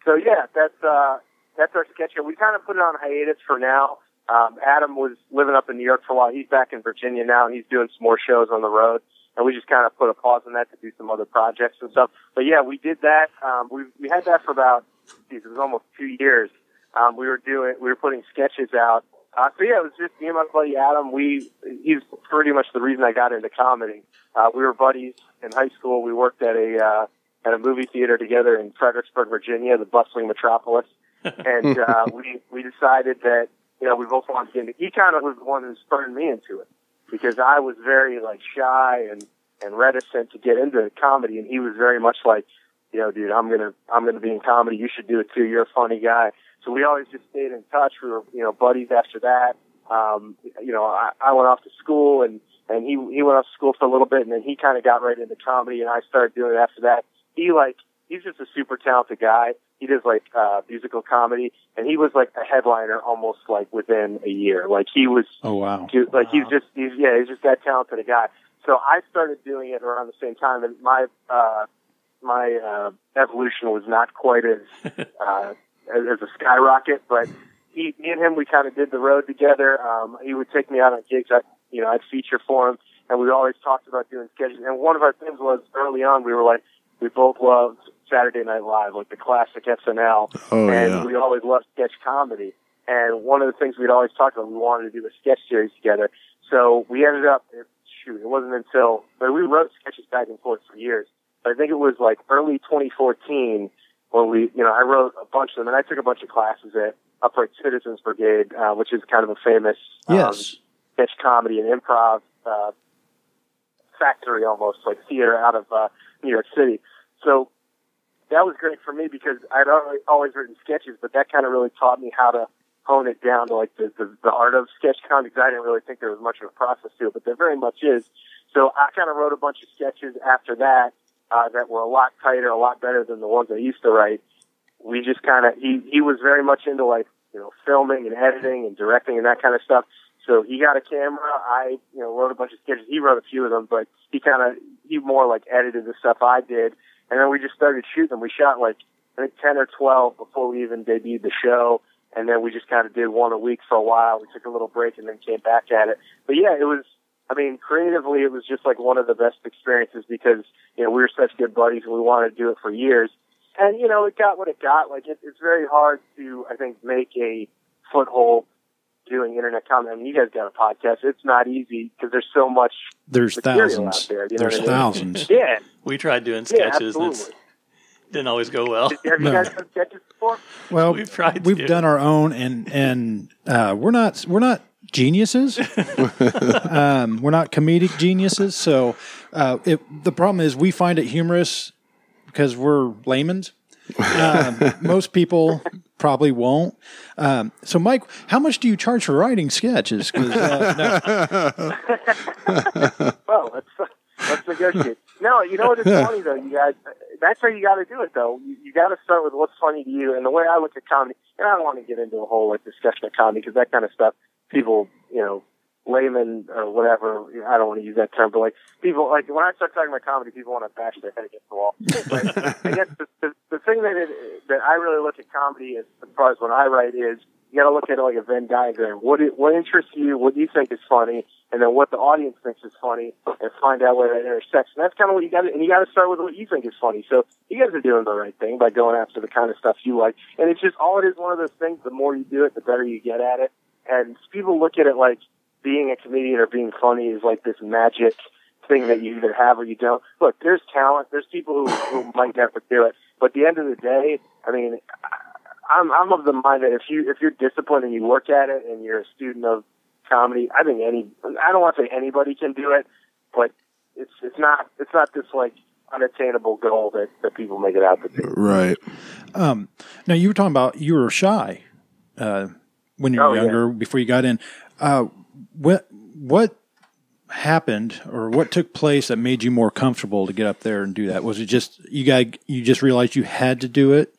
So yeah, that's uh that's our sketch show. We kind of put it on hiatus for now. Um, Adam was living up in New York for a while. He's back in Virginia now, and he's doing some more shows on the road. And we just kind of put a pause on that to do some other projects and stuff. But yeah, we did that. Um, we we had that for about geez, it was almost two years. Um, we were doing we were putting sketches out. Uh, so yeah, it was just me and my buddy Adam. We he's pretty much the reason I got into comedy. Uh, we were buddies in high school. We worked at a uh, at a movie theater together in Fredericksburg, Virginia, the bustling metropolis. And uh, we we decided that you know we both wanted to get into. He kind of was the one who spurred me into it because I was very like shy and and reticent to get into comedy, and he was very much like, you know, dude, I'm gonna I'm gonna be in comedy. You should do it too. You're a funny guy. So we always just stayed in touch. We were you know buddies after that. Um, you know, I, I went off to school and and he he went off to school for a little bit, and then he kind of got right into comedy, and I started doing it after that. He like he's just a super talented guy. He does like uh, musical comedy, and he was like a headliner almost like within a year. Like he was Oh wow, Dude, like he's just he's yeah he's just that talented a guy. So I started doing it around the same time, and my uh, my uh, evolution was not quite as uh, as, as a skyrocket. But he, me and him, we kind of did the road together. Um, he would take me out on gigs. I you know I'd feature for him, and we always talked about doing sketches. And one of our things was early on we were like we both loved Saturday Night Live, like the classic SNL oh and yeah, we always loved sketch comedy. And one of the things we'd always talked about, we wanted to do a sketch series together. So we ended up, shoot, it wasn't until, but we wrote sketches back and forth for years. But I think it was like early 2014 when we, you know, I wrote a bunch of them and I took a bunch of classes at Upright Citizens Brigade, uh, which is kind of a famous um, Yes. sketch comedy and improv uh, factory almost, like theater out of uh, New York City. So that was great for me because I'd already, always written sketches, but that kind of really taught me how to hone it down to like the, the, the art of sketch comedy. 'cause I didn't really think there was much of a process to it, but there very much is. So I kind of wrote a bunch of sketches after that uh, that were a lot tighter, a lot better than the ones I used to write. We just kind of he he was very much into like you know filming and editing and directing and that kind of stuff. So he got a camera. I you know wrote a bunch of sketches. He wrote a few of them, but he kind of he more like edited the stuff I did, and then we just started shooting them. We shot like I think ten or twelve before we even debuted the show. And then we just kind of did one a week for a while. We took a little break and then came back at it. But yeah, it was I mean, creatively, it was just like one of the best experiences because, you know, we were such good buddies and we wanted to do it for years. And, you know, it got what it got. Like, it, it's very hard to, I think, make a foothold doing internet comedy. I mean, you guys got a podcast. It's not easy because there's so much. There's Material out thousands. there, you know There's what I mean? thousands. Yeah. We tried doing Yeah, sketches and it's, absolutely. didn't always go well. Have you No. guys done sketches before? Well, We've tried We've to. done our own, and and uh, we're not we're not geniuses. um, we're not comedic geniuses. So uh, it, the problem is we find it humorous because we're laymen. Um, most people probably won't. Um, so, Mike, how much do you charge for writing sketches? 'Cause, uh, no. well, let's uh, let's negotiate. No, you know what? It's funny though. You guys, that's how you got to do it though. You, you got to start with what's funny to you. And the way I look at comedy, and I don't want to get into a whole like discussion of comedy because that kind of stuff, people, you know, layman or whatever. I don't want to use that term, but like people, like when I start talking about comedy, people want to bash their head against the wall. But I guess the, the, the thing that it, that I really look at comedy as, as far as when I write is you got to look at it like a Venn diagram. What it, what interests you? What you think is funny? And then what the audience thinks is funny, and find out where that intersects. And that's kind of what you got. to And you got to start with what you think is funny. So you guys are doing the right thing by going after the kind of stuff you like. And it's just all it is. One of those things. The more you do it, the better you get at it. And people look at it like being a comedian or being funny is like this magic thing that you either have or you don't. Look, there's talent. There's people who, who might never do it. But at the end of the day, I mean, I'm I'm of the mind that if you if you're disciplined and you work at it and you're a student of comedy, I think any I don't want to say anybody can do it, but it's it's not it's not this like unattainable goal that, that people make it out to be. Right. Now you were talking about you were shy uh, when you were Oh, yeah. younger before you got in. Uh, what what happened or what took place that made you more comfortable to get up there and do that? Was it just you got you just realized you had to do it?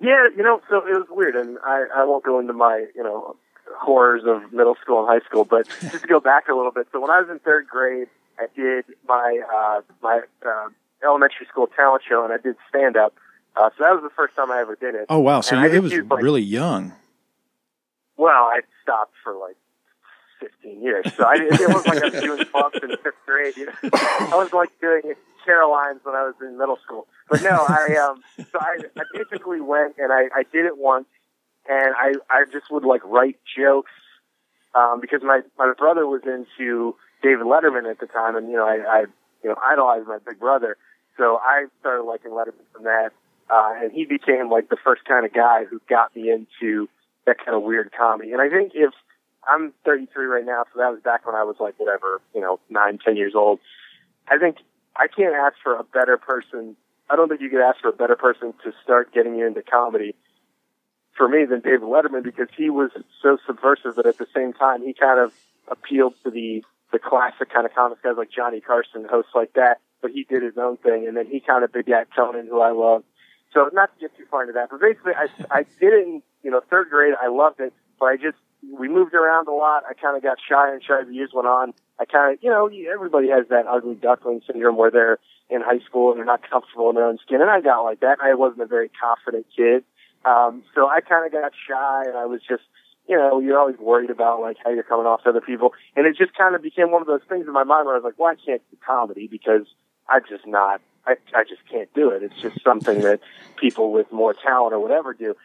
Yeah, you know, so it was weird, and I, I won't go into my, you know, horrors of middle school and high school, but just to go back a little bit. So when I was in third grade, I did my uh, my uh, elementary school talent show, and I did stand up. Uh, so that was the first time I ever did it. Oh wow! So And I you, it just was used, like, really young. well, I stopped for like 15 years. So I, it wasn't like I was doing bumps in fifth grade. You know? I was like doing Carolines when I was in middle school. But no, I um, so I, I basically went and I, I did it once, and I I just would like write jokes um, because my my brother was into David Letterman at the time, and you know I, I you know idolized my big brother, so I started liking Letterman from that, uh, and he became like the first kind of guy who got me into that kind of weird comedy. And I think if I'm 33 right now, so that was back when I was like whatever you know nine ten years old, I think I can't ask for a better person. I don't think you could ask for a better person to start getting you into comedy for me than David Letterman because he was so subversive that at the same time he kind of appealed to the the classic kind of comics guys like Johnny Carson, hosts like that. But he did his own thing, and then he kind of begat Conan, who I love. So not to get too far into that, but basically I I did it in you know third grade. I loved it, but I just we moved around a lot. I kind of got shy and shy as the years went on. I kind of you know everybody has that ugly duckling syndrome where they're in high school and they're not comfortable in their own skin, and I got like that. I wasn't a very confident kid. Um, so I kind of got shy and I was just, you know, you're always worried about like how you're coming off to other people. And it just kind of became one of those things in my mind where I was like, well, I can't do comedy because I'm just not, I, I just can't do it. It's just something that people with more talent or whatever do.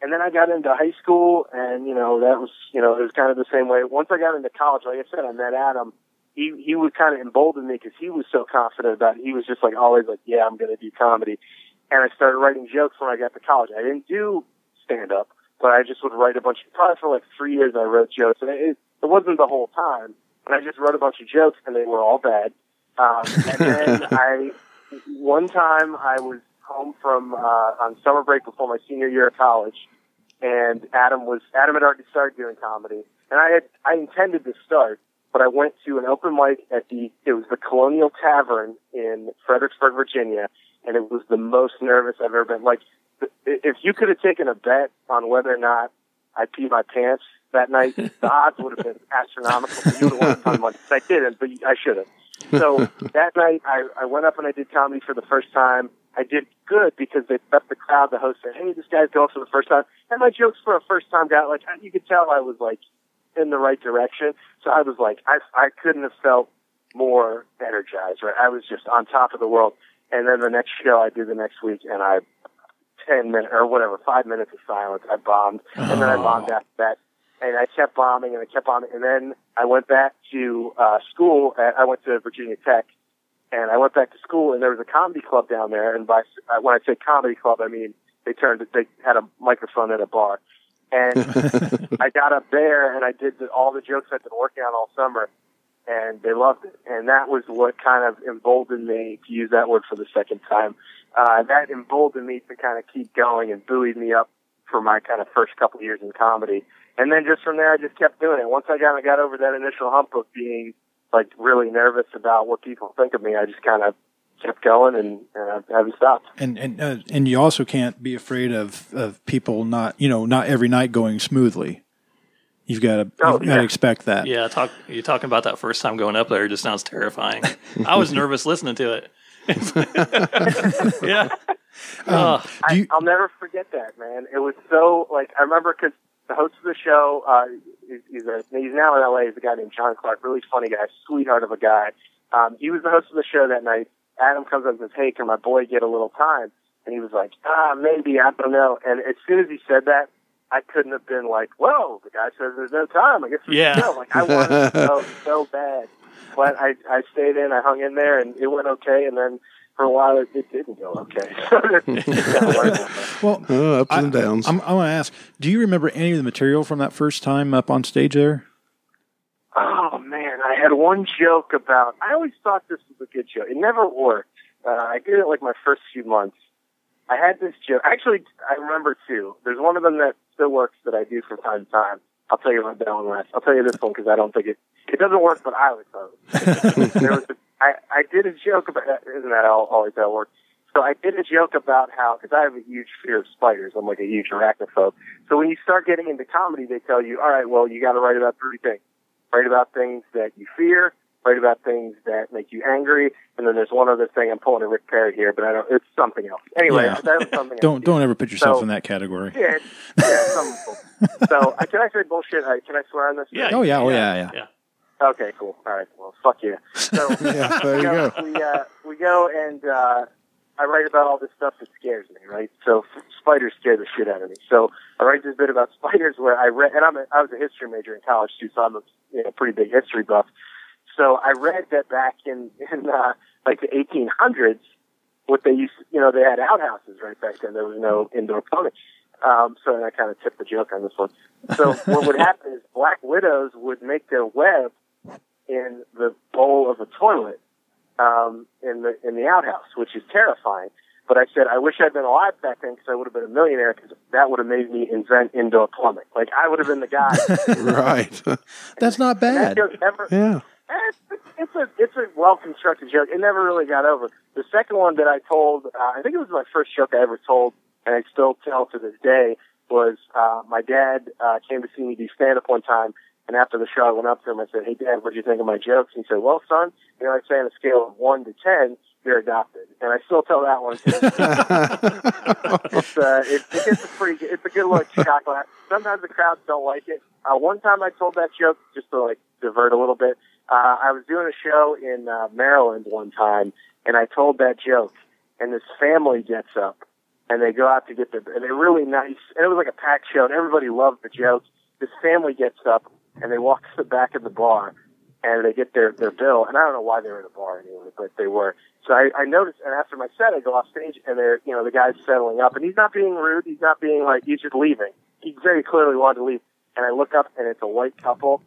And then I got into high school and, you know, that was, you know, it was kind of the same way. Once I got into college, like I said, I met Adam. He, he would kind of embolden me because he was so confident about it. He was just like always like, yeah, I'm going to do comedy and I started writing jokes when I got to college. I didn't do stand up, but I just would write a bunch. Probably for like three years, I wrote jokes, and it, it wasn't the whole time. But I just wrote a bunch of jokes, and they were all bad. Um, and then I, one time, I was home from uh, on summer break before my senior year of college, and Adam was Adam had already started doing comedy, and I had I intended to start, but I went to an open mic at the it was the Colonial Tavern in Fredericksburg, Virginia, and it was the most nervous I've ever been. Like, th- if you could have taken a bet on whether or not I pee my pants that night, the odds would have been astronomical. You would have won a ton of money. I didn't, but I should have. So that night, I, I went up and I did comedy for the first time. I did good because they prepped the crowd. The host said, "Hey, this guy's going for the first time," and my jokes for a first time guy, like you could tell, I was like in the right direction. So I was like, I I couldn't have felt more energized. Right, I was just on top of the world. And then the next show I do the next week, and I ten minutes or whatever, five minutes of silence. I bombed, and then I bombed after that, and I kept bombing and I kept bombing, and then I went back to uh, school. At, I went to Virginia Tech, and I went back to school, and there was a comedy club down there. And by uh, when I say comedy club, I mean they turned they had a microphone at a bar, and I got up there and I did the, all the jokes I'd been working on all summer, and they loved it. And that was what kind of emboldened me to use that word for the second time. Uh, that emboldened me to kind of keep going and buoyed me up for my kind of first couple of years in comedy. And then just from there, I just kept doing it. Once I kind of got over that initial hump of being like really nervous about what people think of me, I just kind of kept going and, and I haven't stopped. and and uh, and you also can't be afraid of of people not you know not every night going smoothly. You've got to Oh, you've got to yeah. expect that. Yeah, talk. You talking about that first time going up there? Just sounds terrifying. I was nervous listening to it. yeah, Um, Ugh. I, Do you- I'll never forget that, man. It was so like I remember because the host of the show, uh, he's, he's, a, he's now in LA. He's a guy named John Clark, really funny guy, sweetheart of a guy. Um, he was the host of the show that night. Adam comes up and says, "Hey, can my boy get a little time?" And he was like, "Ah, maybe I don't know." And as soon as he said that, I couldn't have been like, "Whoa!" The guy says, "There's no time." I guess we Yeah. should go. Like I wanted to go so bad, but I I stayed in. I hung in there, and it went okay. And then for a while, it, it didn't go okay. Well, Uh, ups and I- downs. I'm, I'm going to ask: Do you remember any of the material from that first time up on stage there? oh man, I had one joke about. I always thought this was a good joke. It never worked. Uh, I did it like my first few months. I had this joke. Actually, I remember two. There's one of them that still works that I do from time to time. I'll tell you about that one last. I'll tell you this one because I don't think it it doesn't work, but I always thought it. there was a, I I did a joke about that. Isn't that how, always how it works? So I did a joke about how because I have a huge fear of spiders. I'm like a huge arachnophobe. So when you start getting into comedy, they tell you, all right, well, you got to write about three things. Write about things that you fear. Write about things that make you angry. And then there's one other thing. I'm pulling a Rick Perry here, but I don't. It's something else. Anyway, Yeah. that was something. I Don't did. don't ever put yourself So- in that category. Yeah, it's- yeah, some bull- so I can I say bullshit? I, can I swear on this? yeah. Oh, yeah, oh, yeah, yeah. Okay, cool. All right. Well, fuck you. So yeah, there you go. we uh, we go and uh, I write about all this stuff that scares me, right? So f- spiders scare the shit out of me. So I write this bit about spiders where I read, and I'm a, I was a history major in college too, so I'm a you know, pretty big history buff. So I read that back in in uh, like the 1800s, what they used, you know, they had outhouses right back then. There was no indoor plumbing. Um, so I kind of tipped the joke on this one. So what would happen is black widows would make their web in the bowl of a toilet um, in the in the outhouse, which is terrifying. But I said, I wish I'd been alive back then because I would have been a millionaire because that would have made me invent indoor plumbing. Like I would have been the guy. right. That's not bad. that joke never, Yeah. it's, it's a it's a well constructed joke. It never really got over. The second one that I told, uh, I think it was my first joke I ever told, and I still tell to this day. Was uh, my dad uh, came to see me do stand up one time, and after the show, I went up to him. I said, "Hey, Dad, what do you think of my jokes?" And he said, "Well, son, you know, I'd say on a scale of one to ten, you're adopted." And I still tell that one. to this it's uh, it, it gets a pretty good, it's a good look shot glass. Sometimes the crowds don't like it. Uh, one time I told that joke just to like divert a little bit. Uh, I was doing a show in uh, Maryland one time, and I told that joke, and this family gets up and they go out to get their and they're really nice and it was like a packed show and everybody loved the joke. This family gets up and they walk to the back of the bar and they get their their bill and I don't know why they were in a bar anyway, but they were. So I, I noticed and after my set I go off stage and they're you know, the guy's settling up and he's not being rude, he's not being like he's just leaving. He- he very clearly wanted to leave. And I look up, and it's a white couple,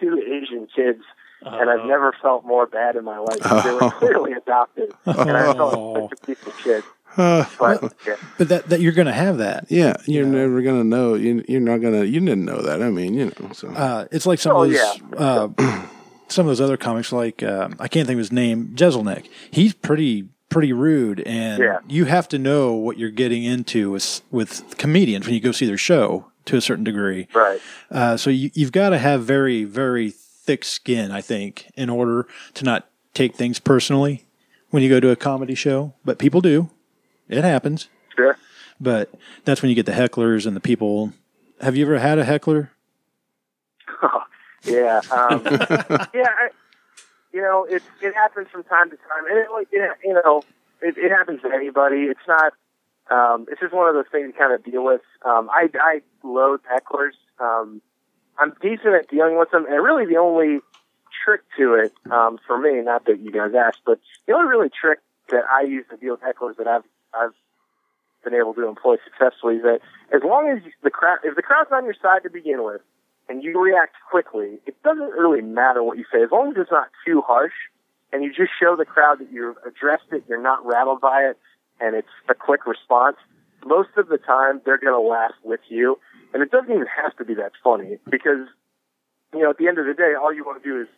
two Asian kids, and I've never felt more bad in my life. They Oh. were clearly adopted, and I felt Oh. like such a piece of shit. Uh, But yeah. But that, that you're going to have that. yeah, you're never gonna know. You, you're not gonna. You didn't know that. I mean, you know. So Uh, it's like some Oh, of those yeah. uh, some of those other comics, like um, I can't think of his name, Jezelnik. He's pretty pretty rude, and Yeah. you have to know what you're getting into with with comedians when you go see their show to a certain degree. Right. Uh, so you, you've got to have very very thick skin, I think, in order to not take things personally when you go to a comedy show. But people do; it happens. Sure. But that's when you get the hecklers and the people. Have you ever had a heckler? Yeah, um, yeah. I, you know, it it happens from time to time, and it, like yeah, you know, it, it happens to anybody. It's not. Um, it's just one of those things you kind of deal with. Um, I I loathe hecklers. Um, I'm decent at dealing with them, and really the only trick to it um, for me, not that you guys asked, but the only really trick that I use to deal with hecklers that I've I've been able to employ successfully is that as long as the crowd if the crowd's on your side to begin with and you react quickly, it doesn't really matter what you say as long as it's not too harsh and you just show the crowd that you've addressed it, you're not rattled by it, and it's a quick response. Most of the time, they're going to laugh with you, and it doesn't even have to be that funny because you know at the end of the day, all you want to do is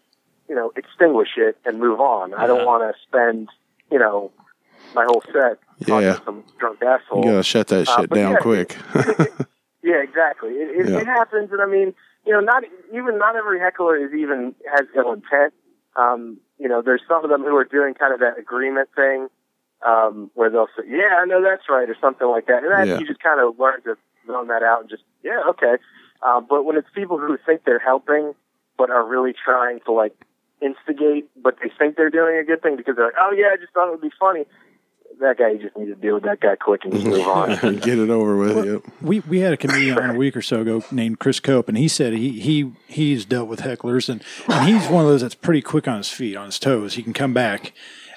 you know extinguish it and move on. I don't want to spend you know my whole set talking Yeah. to some drunk asshole. you gotta shut that Uh, shit but down yeah, quick. Yeah, exactly. It, it, Yeah. it happens, and I mean, you know, not even not every heckler is even has ill intent. Um, you know, there's some of them who are doing kind of that agreement thing, um, where they'll say, "Yeah, I know that's right," or something like that, and that Yeah. you just kind of learn to zone that out and just, "Yeah, okay." Um, but when it's people who think they're helping but are really trying to like instigate, but they think they're doing a good thing because they're like, "Oh yeah, I just thought it would be funny." That guy, you just need to deal with that guy quick and just move on. Get it over with. Well, yep. We we had a comedian on a week or so ago named Chris Cope, and he said he he he's dealt with hecklers, and, and he's one of those that's pretty quick on his feet, on his toes. He can come back,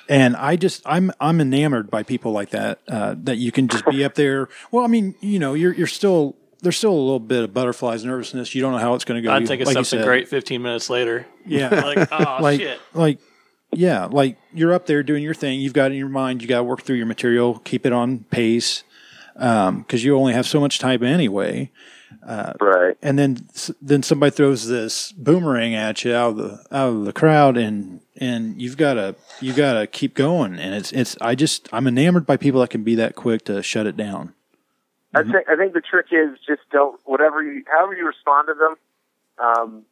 and I just I'm I'm enamored by people like that uh, that you can just be up there. Well, I mean, you know, you're you're still there's still a little bit of butterflies, nervousness. You don't know how it's going to go. I'd You- take a like you something said. great 15 minutes later. Yeah, Like, oh, like shit. like yeah like you're up there doing your thing you've got it in your mind you got to work through your material keep it on pace because you only have so much time anyway right. and then s- then somebody throws this boomerang at you out of the out of the crowd and and you've got to you got to keep going and it's it's i just i'm enamored by people that can be that quick to shut it down I think I think the trick is just don't whatever you however you respond to them. Um,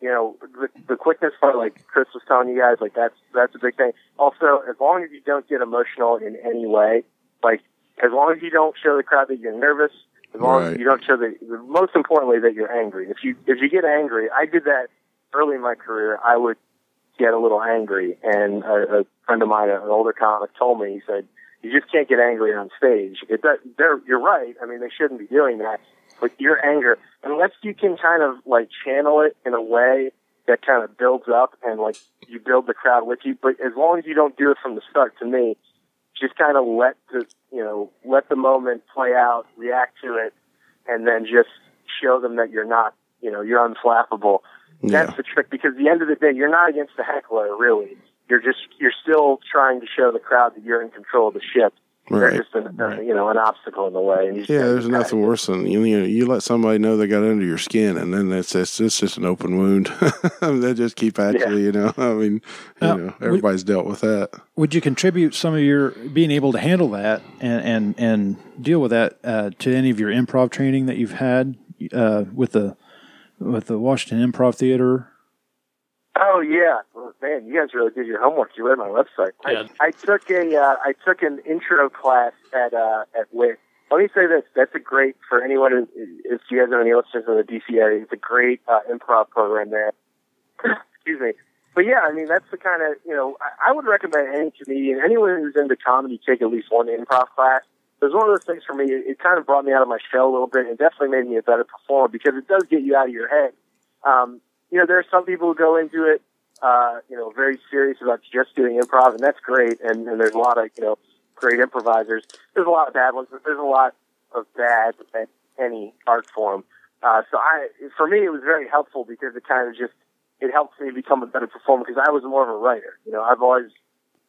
you know the, the quickness part, like Chris was telling you guys, like that's that's a big thing. Also, as long as you don't get emotional in any way, like as long as you don't show the crowd that you're nervous, as long Right. as you don't show the most importantly that you're angry. If you if you get angry, I did that early in my career. I would get a little angry. And a, a friend of mine, an older comic, told me, he said, you just can't get angry on stage. It, that, they're, you're right. I mean, they shouldn't be doing that. But your anger, unless you can kind of like channel it in a way that kind of builds up and like you build the crowd with you. But as long as you don't do it from the start, to me, just kind of let the, you know, let the moment play out, react to it, and then just show them that you're not, you know, you're unflappable that's Yeah. the trick because at the end of the day, you're not against the heckler, really. You're just you're still trying to show the crowd that you're in control of the ship. Right. They're just an, uh, you know an obstacle in the way. And you just Yeah, gotta there's get nothing worse than you. You, know, you let somebody know they got under your skin, and then that's it's, it's just an open wound. I mean, they just keep at Yeah. you. You know, I mean, you Uh, know, everybody's dealt with that. would you contribute some of your being able to handle that and and, and deal with that uh, to any of your improv training that you've had uh, with the with the Washington Improv Theater? Oh yeah, well, man, you guys really did your homework. You read my website. Yeah. I, I took a uh, I took an intro class at uh, at Wit. Let me say this: that's a great for anyone. who- If you guys have any listeners in the DC area, it's a great uh, improv program there. Excuse me. But yeah, I mean that's the kind of you know I, I would recommend any comedian, anyone who's into comedy, take at least one improv class. It was one of those things for me. It, it kind of brought me out of my shell a little bit, and definitely made me a better performer because it does get you out of your head. Um, you know, there are some people who go into it, uh, you know, very serious about just doing improv, and that's great. And, and there's a lot of, you know, great improvisers. There's a lot of bad ones, but there's a lot of bad and, any art form. Uh, so I, for me, it was very helpful because it kind of just it helped me become a better performer because I was more of a writer. You know, I've always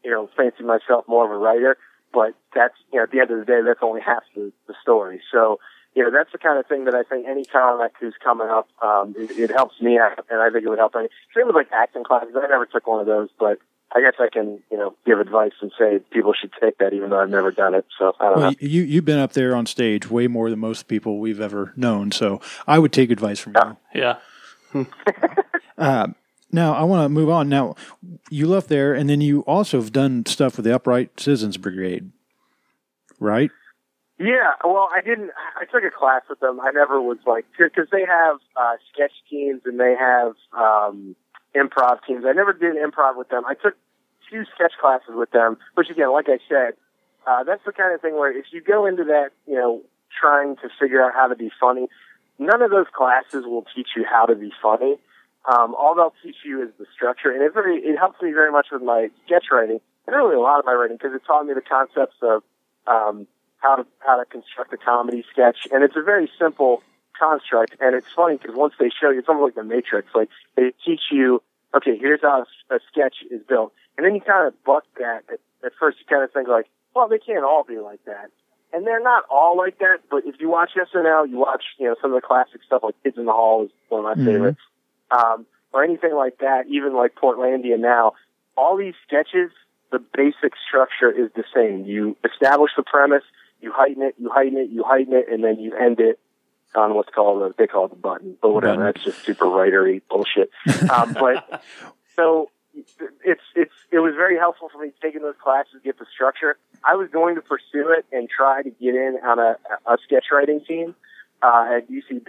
you know fancied myself more of a writer, but that's you know at the end of the day, that's only half the, the story. So you know that's the kind of thing that I think any comic who's coming up, um, it, it helps me out, and I think it would help any. Same with like acting classes. I never took one of those, but I guess I can you know give advice and say people should take that, even though I've never done it. So I don't know. Well, you you've been up there on stage way more than most people we've ever known, so I would take advice from you. Yeah. Uh, now I want to move on. Now you left there, and then you also have done stuff with the Upright Citizens Brigade, right? Yeah, well, I didn't. I took a class with them. I never was like because they have uh, sketch teams and they have um, improv teams. I never did improv with them. I took two sketch classes with them, which again, like I said, uh, that's the kind of thing where if you go into that, you know, trying to figure out how to be funny, none of those classes will teach you how to be funny. Um, all they'll teach you is the structure, and it very it helps me very much with my sketch writing and really a lot of my writing because it taught me the concepts of um, how to how to construct a comedy sketch, and it's a very simple construct. And it's funny because once they show you, it's almost like the Matrix. Like they teach you, okay, here's how a, a sketch is built, and then you kind of buck that. At, at first, you kind of think like, well, they can't all be like that, and they're not all like that. But if you watch SNL, you watch you know some of the classic stuff like Kids in the Hall is one of my Mhm. favorites, um, or anything like that. Even like Portlandia now, all these sketches. The basic structure is the same. You establish the premise, you heighten it, you heighten it, you heighten it, and then you end it on what's called a, they call it the button, but whatever. Button. That's just super writery bullshit. um, but so it's it's it was very helpful for me taking those classes, get the structure. I was going to pursue it and try to get in on a, a sketch writing team uh, at UCB,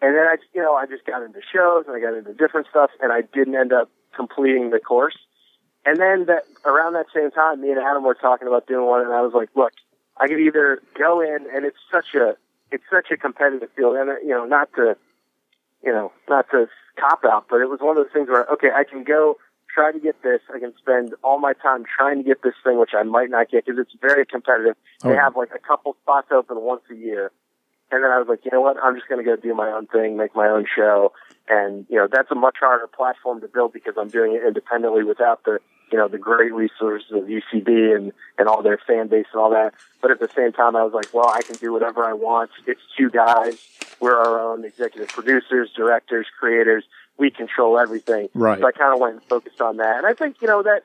and then I you know I just got into shows and I got into different stuff, and I didn't end up completing the course. And then that around that same time, me and Adam were talking about doing one, and I was like, look. I could either go in and it's such a it's such a competitive field, and uh, you know, not to you know, not to cop out, but it was one of those things where okay, I can go try to get this. I can spend all my time trying to get this thing, which I might not get because it's very competitive. Oh. They have like a couple spots open once a year, and then I was like, you know what, I'm just going to go do my own thing, make my own show, and you know, that's a much harder platform to build because I'm doing it independently without the you know the great resources of UCB and and all their fan base and all that. But at the same time, I was like, well, I can do whatever I want. It's two guys. We're our own executive producers, directors, creators. We control everything. Right. So I kind of went and focused on that. And I think, you know, that,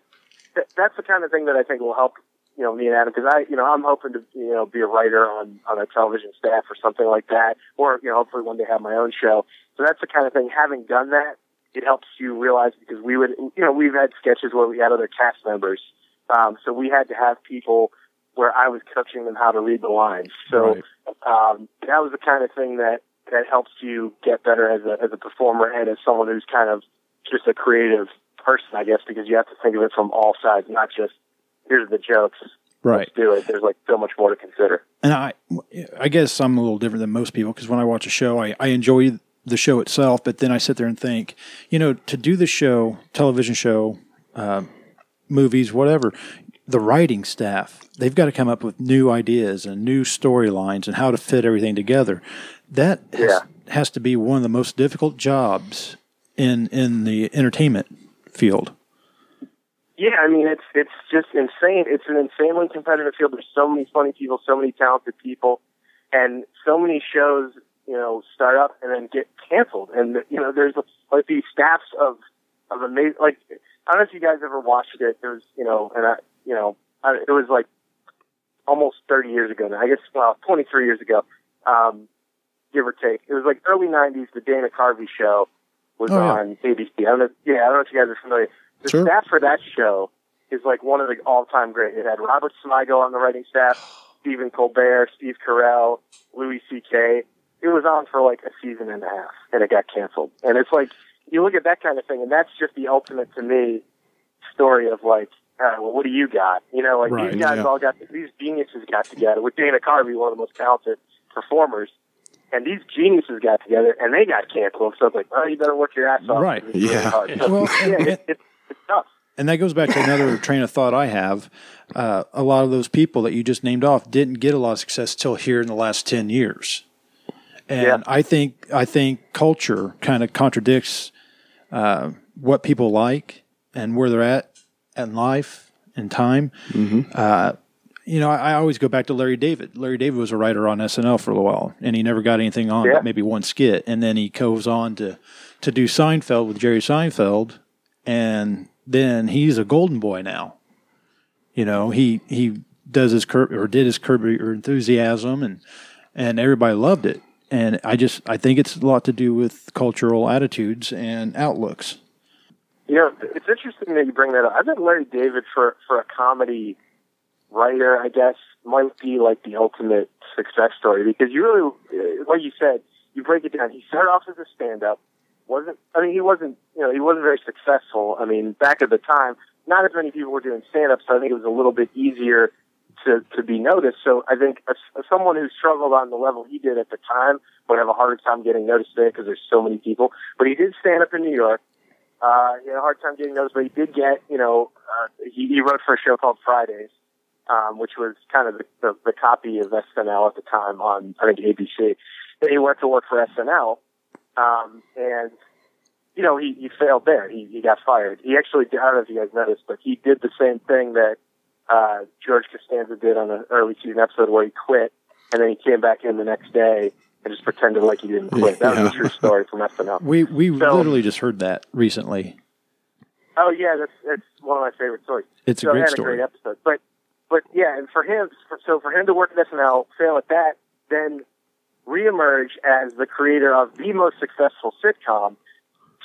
that that's the kind of thing that I think will help, you know, me and Adam, because I, you know, I'm hoping to, you know, be a writer on, on a television staff or something like that, or, you know, hopefully one day have my own show. So that's the kind of thing. Having done that, it helps you realize because we would, you know, we've had sketches where we had other cast members. Um, so we had to have people where I was coaching them how to read the lines. Right. So um, that was the kind of thing that that helps you get better as a as a performer and as someone who's kind of just a creative person, I guess, because you have to think of it from all sides, not just here's the jokes, Right. do it. There's like so much more to consider. and I, I guess I'm a little different than most people because when I watch a show, I, I enjoy the show itself, but then I sit there and think, you know, to do the show, television show, uh, movies, whatever, the writing staff, they've got to come up with new ideas and new storylines and how to fit everything together. That has, has to be one of the most difficult jobs in in the entertainment field. Yeah, I mean it's it's just insane. It's an insanely competitive field. There's so many funny people, so many talented people, and so many shows, you know, start up and then get canceled. And you know, there's like these staffs of of amazing. Like I don't know if you guys ever watched it. There was you know, and I you know, I, it was like almost 30 years ago now. I guess well, 23 years ago, um, give or take. It was like early 90s. The Dana Carvey show was Oh, yeah. on ABC. I don't know. Yeah, I don't know if you guys are familiar. The Sure. staff for that show is like one of the all-time great. It had Robert Smigel on the writing staff, Stephen Colbert, Steve Carell, Louis C.K. It was on for like a season and a half, and it got canceled. And it's like you look at that kind of thing, and that's just the ultimate to me story of like, all right, well, what do you got? You know, like Right, these guys yeah. all got these geniuses got together with Dana Carvey, one of the most talented performers, and these geniuses got together and they got canceled. So it's like, oh, you better work your ass off. Right. It's really Yeah. hard. So, Well, yeah, it, it's it's tough. And that goes back to another train of thought I have. Uh, a lot of those people that you just named off didn't get a lot of success till here in the last 10 years. And Yeah. I think I think culture kind of contradicts uh, what people like and where they're at in life and time. Mm-hmm. Uh, you know, I, I always go back to Larry David. Larry David was a writer on SNL for a while, and he never got anything on Yeah. but maybe one skit, and then he goes on to to do Seinfeld with Jerry Seinfeld, and then he's a golden boy now. You know, he he does his curb or did his curb your enthusiasm and and everybody loved it. And I just I think it's a lot to do with cultural attitudes and outlooks. You know, it's interesting that you bring that up. I bet Larry David for for a comedy writer, I guess, might be like the ultimate success story because you really, uh, like you said, you break it down. He started off as a stand up, wasn't. I mean, he wasn't. You know, he wasn't very successful. I mean, back at the time, not as many people were doing stand up, so I think it was a little bit easier to to be noticed. So I think as, as someone who struggled on the level he did at the time would have a harder time getting noticed today because there's so many people. But he did stand up in New York. Uh, he had a hard time getting those, but he did get, you know, uh, he, he wrote for a show called Fridays, um, which was kind of the, the, the copy of SNL at the time on, I think, ABC. Then he went to work for SNL, um, and, you know, he, he failed there. He, he got fired. He actually, I don't know if you guys noticed, but he did the same thing that, uh, George Costanza did on an early season episode where he quit, and then he came back in the next day and just pretended like he didn't quit. That was a true story from SNL. We we So- literally just heard that recently. Oh yeah, that's that's one of my favorite stories. It's a so great and story. a great episode. But but yeah, and for him, for, so for him to work at SNL, fail at that, then reemerge as the creator of the most successful sitcom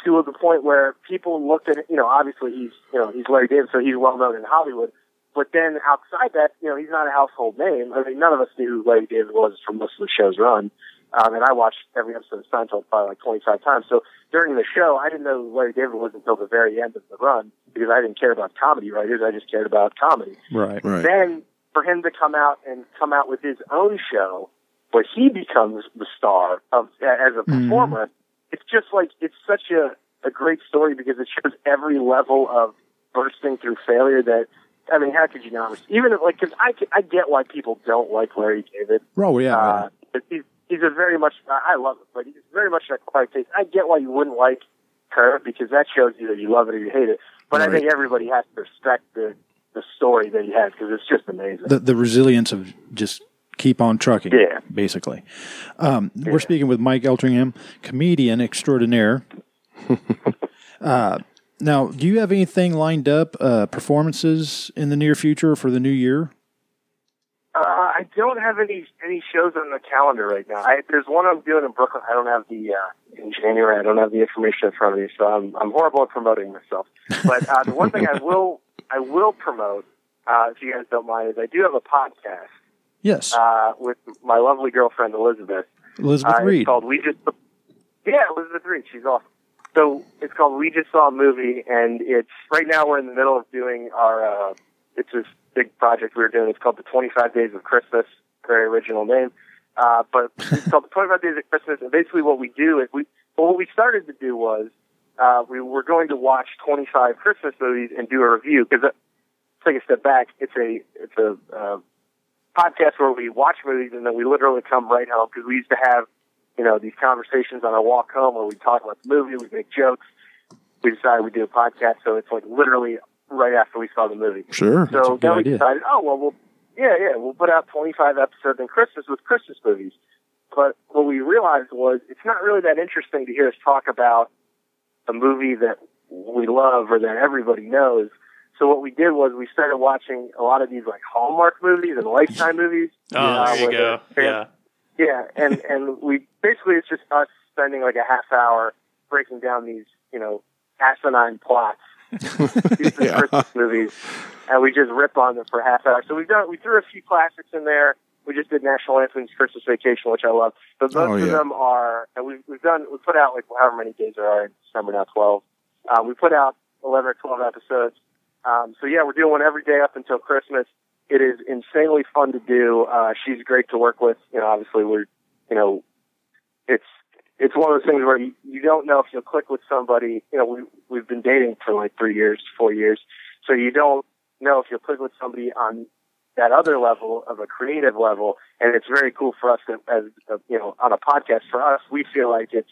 to the point where people looked at you know obviously he's you know he's Larry David, so he's well known in Hollywood. But then outside that, you know, he's not a household name. I mean, none of us knew who Larry David was for most of the show's run. Um, and I watched every episode of Seinfeld probably like 25 times. So during the show, I didn't know who Larry David was until the very end of the run because I didn't care about comedy writers. I just cared about comedy. Right. Right. Then for him to come out and come out with his own show where he becomes the star of as a performer, it's just like it's such a, a great story because it shows every level of bursting through failure that I mean, how could you not? Even if, like, because I, c- I get why people don't like Larry David. Oh yeah. Uh, but he's he's a very much I I love it, but he's very much an acquired taste. I get why you wouldn't like her because that shows you that you love it or you hate it. But I think everybody has to respect the the story that he has because it's just amazing. the the resilience of just keep on trucking. Yeah. Basically, um, we're speaking with Mike Eltringham, comedian extraordinaire. uh, now, do you have anything lined up, uh, performances in the near future for the new year? Uh, I don't have any any shows on the calendar right now. I, there's one I'm doing in Brooklyn. I don't have the uh, in January. I don't have the information in front of me, so I'm I'm horrible at promoting myself. But uh, the one thing I will I will promote, uh, if you guys don't mind, is I do have a podcast Yes, uh, with my lovely girlfriend Elizabeth. Elizabeth Uh, Reed. It's called We Just. Yeah, Elizabeth Reed. She's awesome. So it's called We Just Saw a Movie, and it's right now we're in the middle of doing our. Uh, it's this big project we were doing. It's called the 25 Days of Christmas. Very original name. Uh, but it's called the 25 Days of Christmas. And basically, what we do is we. Well, what we started to do was uh, we were going to watch 25 Christmas movies and do a review because take a step back. It's a it's a uh, podcast where we watch movies and then we literally come right home because we used to have you know these conversations on our walk home where we talk about the movie, we make jokes. We decided we do a podcast, so it's like literally right after we saw the movie. Sure. So good then we idea. decided, oh well, we'll yeah, yeah, we'll put out 25 episodes in Christmas with Christmas movies. But what we realized was it's not really that interesting to hear us talk about a movie that we love or that everybody knows. So what we did was we started watching a lot of these like Hallmark movies and Lifetime movies. Uh, Oh, there you where go. they're- Yeah. yeah, and and we basically it's just us spending like a half hour breaking down these you know asinine plots, these are Yeah. Christmas movies, and we just rip on them for a half hour. So we've done we threw a few classics in there. We just did National Anthem's Christmas Vacation, which I love, but most Oh, of yeah. them are and we've we've done we put out like however many days there are in December now twelve. Uh, we put out eleven or twelve episodes. Um, so yeah, we're doing one every day up until Christmas. It is insanely fun to do. Uh, she's great to work with. You know, obviously we're, you know, it's, it's one of those things where you, you don't know if you'll click with somebody. You know, we, we've been dating for like three years, four years. So you don't know if you'll click with somebody on that other level of a creative level, and it's very cool for us to, as uh, you know, on a podcast for us, we feel like it's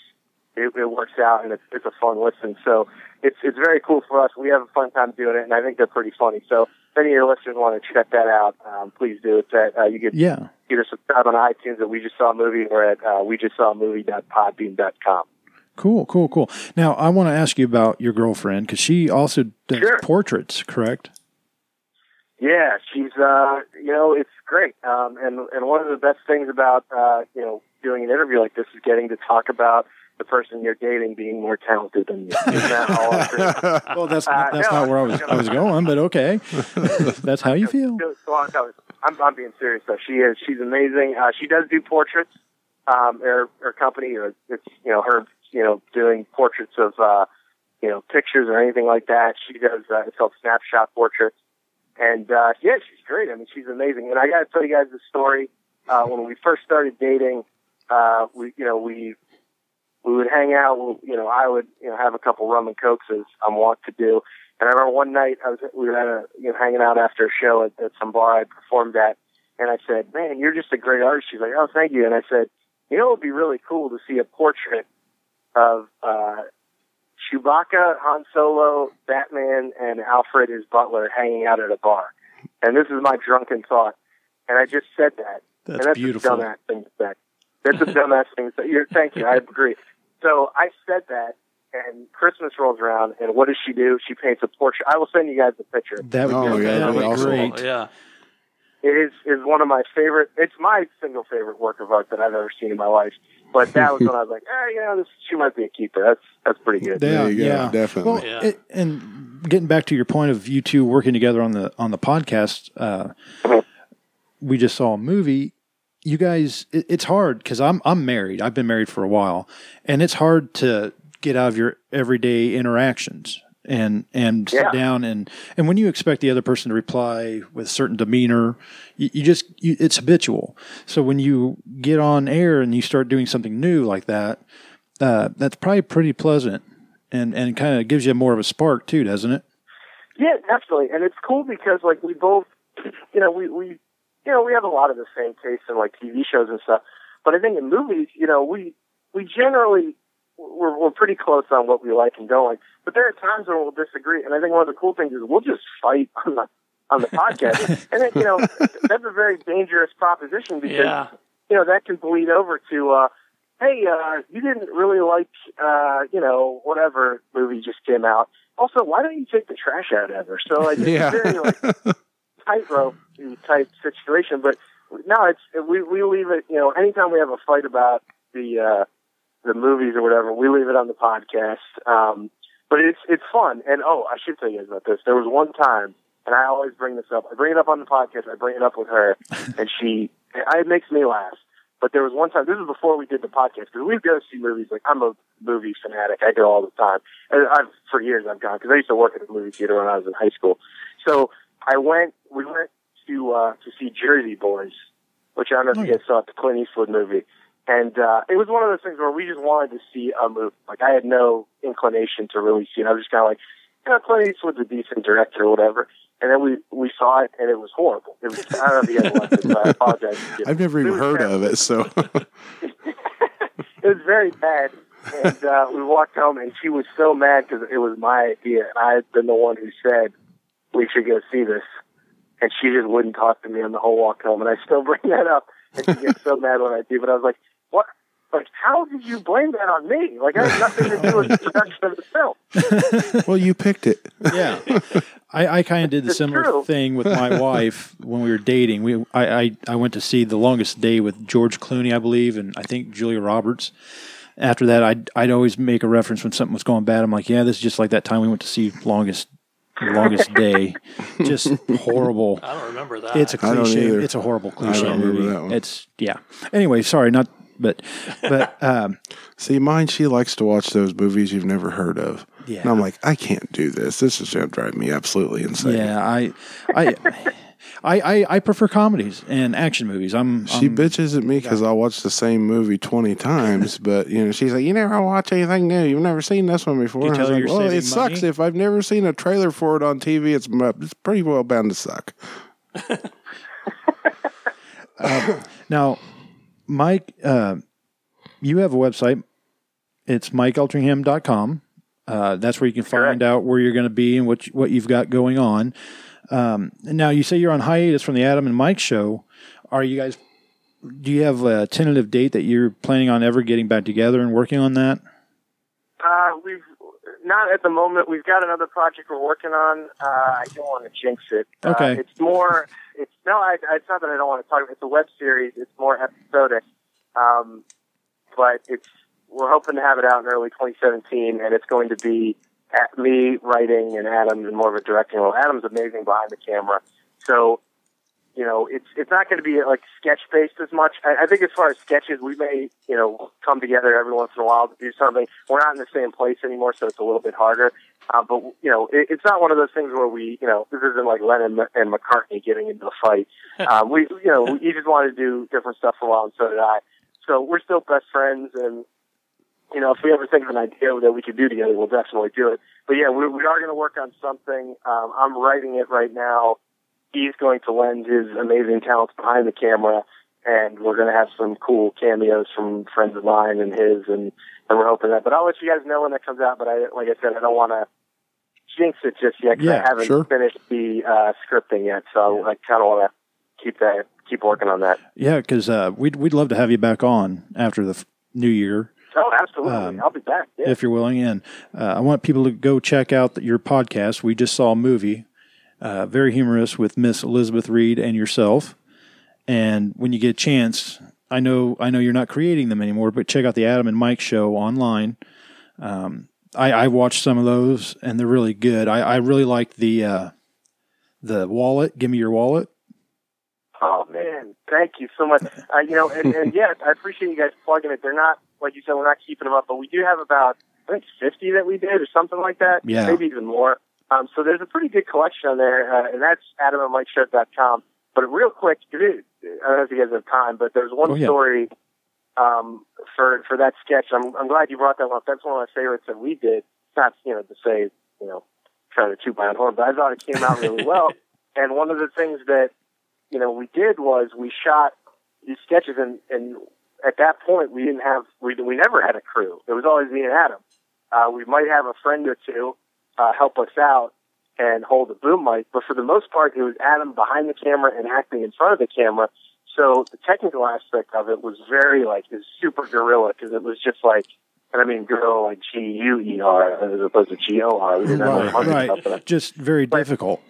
it, it works out and it's, it's a fun listen. So it's it's very cool for us. We have a fun time doing it, and I think they're pretty funny. So if any of your listeners want to check that out, um, please do. It's at uh, you can Yeah. either subscribe on iTunes at We Just Saw a Movie or at uh, We Just Saw a Movie com. Cool, cool, cool. Now, I want to ask you about your girlfriend because she also does Sure. portraits, correct? Yeah, she's uh you know, it's great. Um and and one of the best things about uh, you know, doing an interview like this is getting to talk about the person you're dating being more talented than you. Isn't that all I'm saying? Well, that's Uh, not, that's no, not where I was I was going, but okay. that's how you feel. No, so I'm, no, I'm, I'm being serious though. She is. She's amazing. Uh, she does do portraits. Um, her her company, or it's you know her you know doing portraits of uh, you know pictures or anything like that. She does. Uh, it's called Snapshot Portraits. And uh, yeah, she's great. I mean, she's amazing. And I got to tell you guys the story. Uh, when we first started dating, uh, we you know we we would hang out. we- You know, I would you know have a couple rum and cokes as I'm wont to do. And I remember one night I was we were at a you know hanging out after a show at, at some bar I performed at, and I said, "Man, you're just a great artist." She's like, "Oh, thank you." And I said, "You know, it would be really cool to see a portrait of uh, Chewbacca, Han Solo, Batman, and Alfred his butler hanging out at a bar." And this is my drunken thought, and I just said that, That's, and that's a beautiful. dumbass thing to say. That's a dumbass thing to say. You're, thank you. I agree. So I said that, and Christmas rolls around, and what does she do? She paints a portrait. I will send you guys the picture. That would Oh, be, yeah, that that'd would be be awesome. great. Oh, yeah. It is is one of my favorite. It's my single favorite work of art that I've ever seen in my life. But that was when I was like, eh, you know, this she might be a keeper. That's that's pretty good. Yeah, There you go, yeah. definitely. Well, Yeah. it- and getting back to your point of you two working together on the on the podcast, uh, we just saw a movie. You guys, it, it's hard because I'm I'm married. I've been married for a while, and it's hard to get out of your everyday interactions and and sit Yeah. down and and when you expect the other person to reply with a certain demeanor, you, you just you, it's habitual. So when you get on air and you start doing something new like that, uh, that's probably pretty pleasant and and kind of gives you more of a spark too, doesn't it? Yeah, definitely. And it's cool because like we both, you know, we we you know we have a lot of the same tastes in like TV shows and stuff. But I think in movies, you know, we we generally we're we're pretty close on what we like and don't like. But there are times when we'll disagree. And I think one of the cool things is we'll just fight on the on the podcast. and then, you know, that's a very dangerous proposition because Yeah. you know that can bleed over to uh hey uh you didn't really like uh you know whatever movie just came out also why don't you take the trash out ever so like it's Yeah. a very like tightrope type situation but no it's we we leave it you know anytime we have a fight about the uh the movies or whatever we leave it on the podcast um but it's it's fun and oh i should tell you guys about this there was one time and i always bring this up i bring it up on the podcast i bring it up with her and she it makes me laugh. But there was one time. This is before we did the podcast because we go see movies. Like I'm a movie fanatic. I go all the time, and I've for years I've gone because I used to work at a movie theater when I was in high school. So I went. We went to uh, to see Jersey Boys, which I don't know Oh, if you guys saw. It's a Clint Eastwood movie, and uh, it was one of those things where we just wanted to see a movie. Like I had no inclination to really see it. I was just kind of like, you know, Clint Eastwood's a decent director or whatever. And then we we saw it, and it was horrible. It was, I don't know if you guys watched it, so I apologize. I've never even It was heard terrible of it, so it was very bad. And uh, we walked home, and she was so mad because it was my idea, and I had been the one who said we should go see this. And she just wouldn't talk to me on the whole walk home, and I still bring that up, and she gets so mad when I do. But I was like, "What? Like, how did you blame that on me? Like, I had nothing to do with the production of the film." well, you picked it. Yeah. I, I kind of did the It's similar true. thing with my wife when we were dating. We I, I, I went to see The Longest Day with George Clooney, I believe, and I think Julia Roberts. After that, I'd, I'd always make a reference when something was going bad. I'm like, yeah, this is just like that time we went to see Longest Longest Day. just horrible. I don't remember that. It's a I don't cliche. either. It's a horrible cliche remember movie. that one. It's yeah. Anyway, sorry, not but but um, See, mine, she likes to watch those movies you've never heard of. Yeah. And I'm like, I can't do this. This is going to drive me absolutely insane. yeah, I I, I I I prefer comedies and action movies. I'm She I'm- bitches at me because I watch the same movie 20 times, but, you know, she's like, you never watch anything new. You've never seen this one before. you And I tell her was you're like, well, saving it sucks. money? If I've never seen a trailer for it on TV, it's, mu- it's pretty well bound to suck. Um, now, Mike, uh, you have a website. It's mikealtringham.com. Uh, that's where you can find Correct. out where you're going to be and what you, what you've got going on. Um, now, you say you're on hiatus from the Adam and Mike show. Are you guys? Do you have a tentative date that you're planning on ever getting back together and working on that? Uh, we've not at the moment. We've got another project we're working on. Uh, I don't want to jinx it. Uh, Okay. it's more. It's no. I, I- it's not that I don't want to talk. about it. It's a web series. It's more episodic. Um, but it's we're hoping to have it out in early 2017, and it's going to be at me writing and Adam and more of a directing role. Adam's amazing behind the camera, so you know it's it's not going to be like sketch based as much. I, I think as far as sketches, we may you know come together every once in a while to do something. We're not in the same place anymore, so it's a little bit harder. Uh, but you know, it, it's not one of those things where we, you know, this isn't like Lennon and McCartney getting into a fight. Um, we, you know, we just wanted to do different stuff for a while, and so did I. So we're still best friends, and you know, if we ever think of an idea that we could do together, we'll definitely do it. But yeah, we, we are going to work on something. Um, I'm writing it right now. He's going to lend his amazing talents behind the camera, and we're going to have some cool cameos from friends of mine and his, and, and we're hoping that. But I'll let you guys know when that comes out. But I, like I said, I don't want to jinx it just yet 'cause Yeah, I haven't sure. finished the uh, scripting yet. So I kind of want to keep that, keep working on that. Yeah, because uh, we'd we'd love to have you back on after the f- new year Oh, absolutely! Um, I'll be back. Yeah. if you're willing. And uh, I want people to go check out the, your podcast. We just saw a movie, uh, very humorous with Miss Elizabeth Reed and yourself. And when you get a chance, I know I know you're not creating them anymore, but check out the Adam and Mike show online. Um, I, I watched some of those, and they're really good. I, I really like the uh, the wallet. Give me your wallet. Oh man, thank you so much. Uh, you know, and, and yes, I appreciate you guys plugging it. They're not like you said, we're not keeping them up, but we do have about I think fifty that we did or something like that. Yeah. maybe even more. Um, so there's a pretty good collection on there, uh, and that's adamandmikeshow.com. But real quick, it is, I don't know if you guys have time, but there's one Oh, yeah. story um, for for that sketch. I'm, I'm glad you brought that one up. That's one of my favorites that we did. It's not you know to say you know trying to toot my own horn, but I thought it came out really well. And one of the things that you know we did was we shot these sketches, and and at that point we didn't have we we never had a crew. It was always me and Adam. Uh, we might have a friend or two uh, help us out and hold the boom mic, but for the most part it was Adam behind the camera and acting in front of the camera. So the technical aspect of it was very like this super gorilla because it was just like, and I mean gorilla like G U E R as opposed to G O R. We didn't have a hundred stuff in it. right. Just very difficult.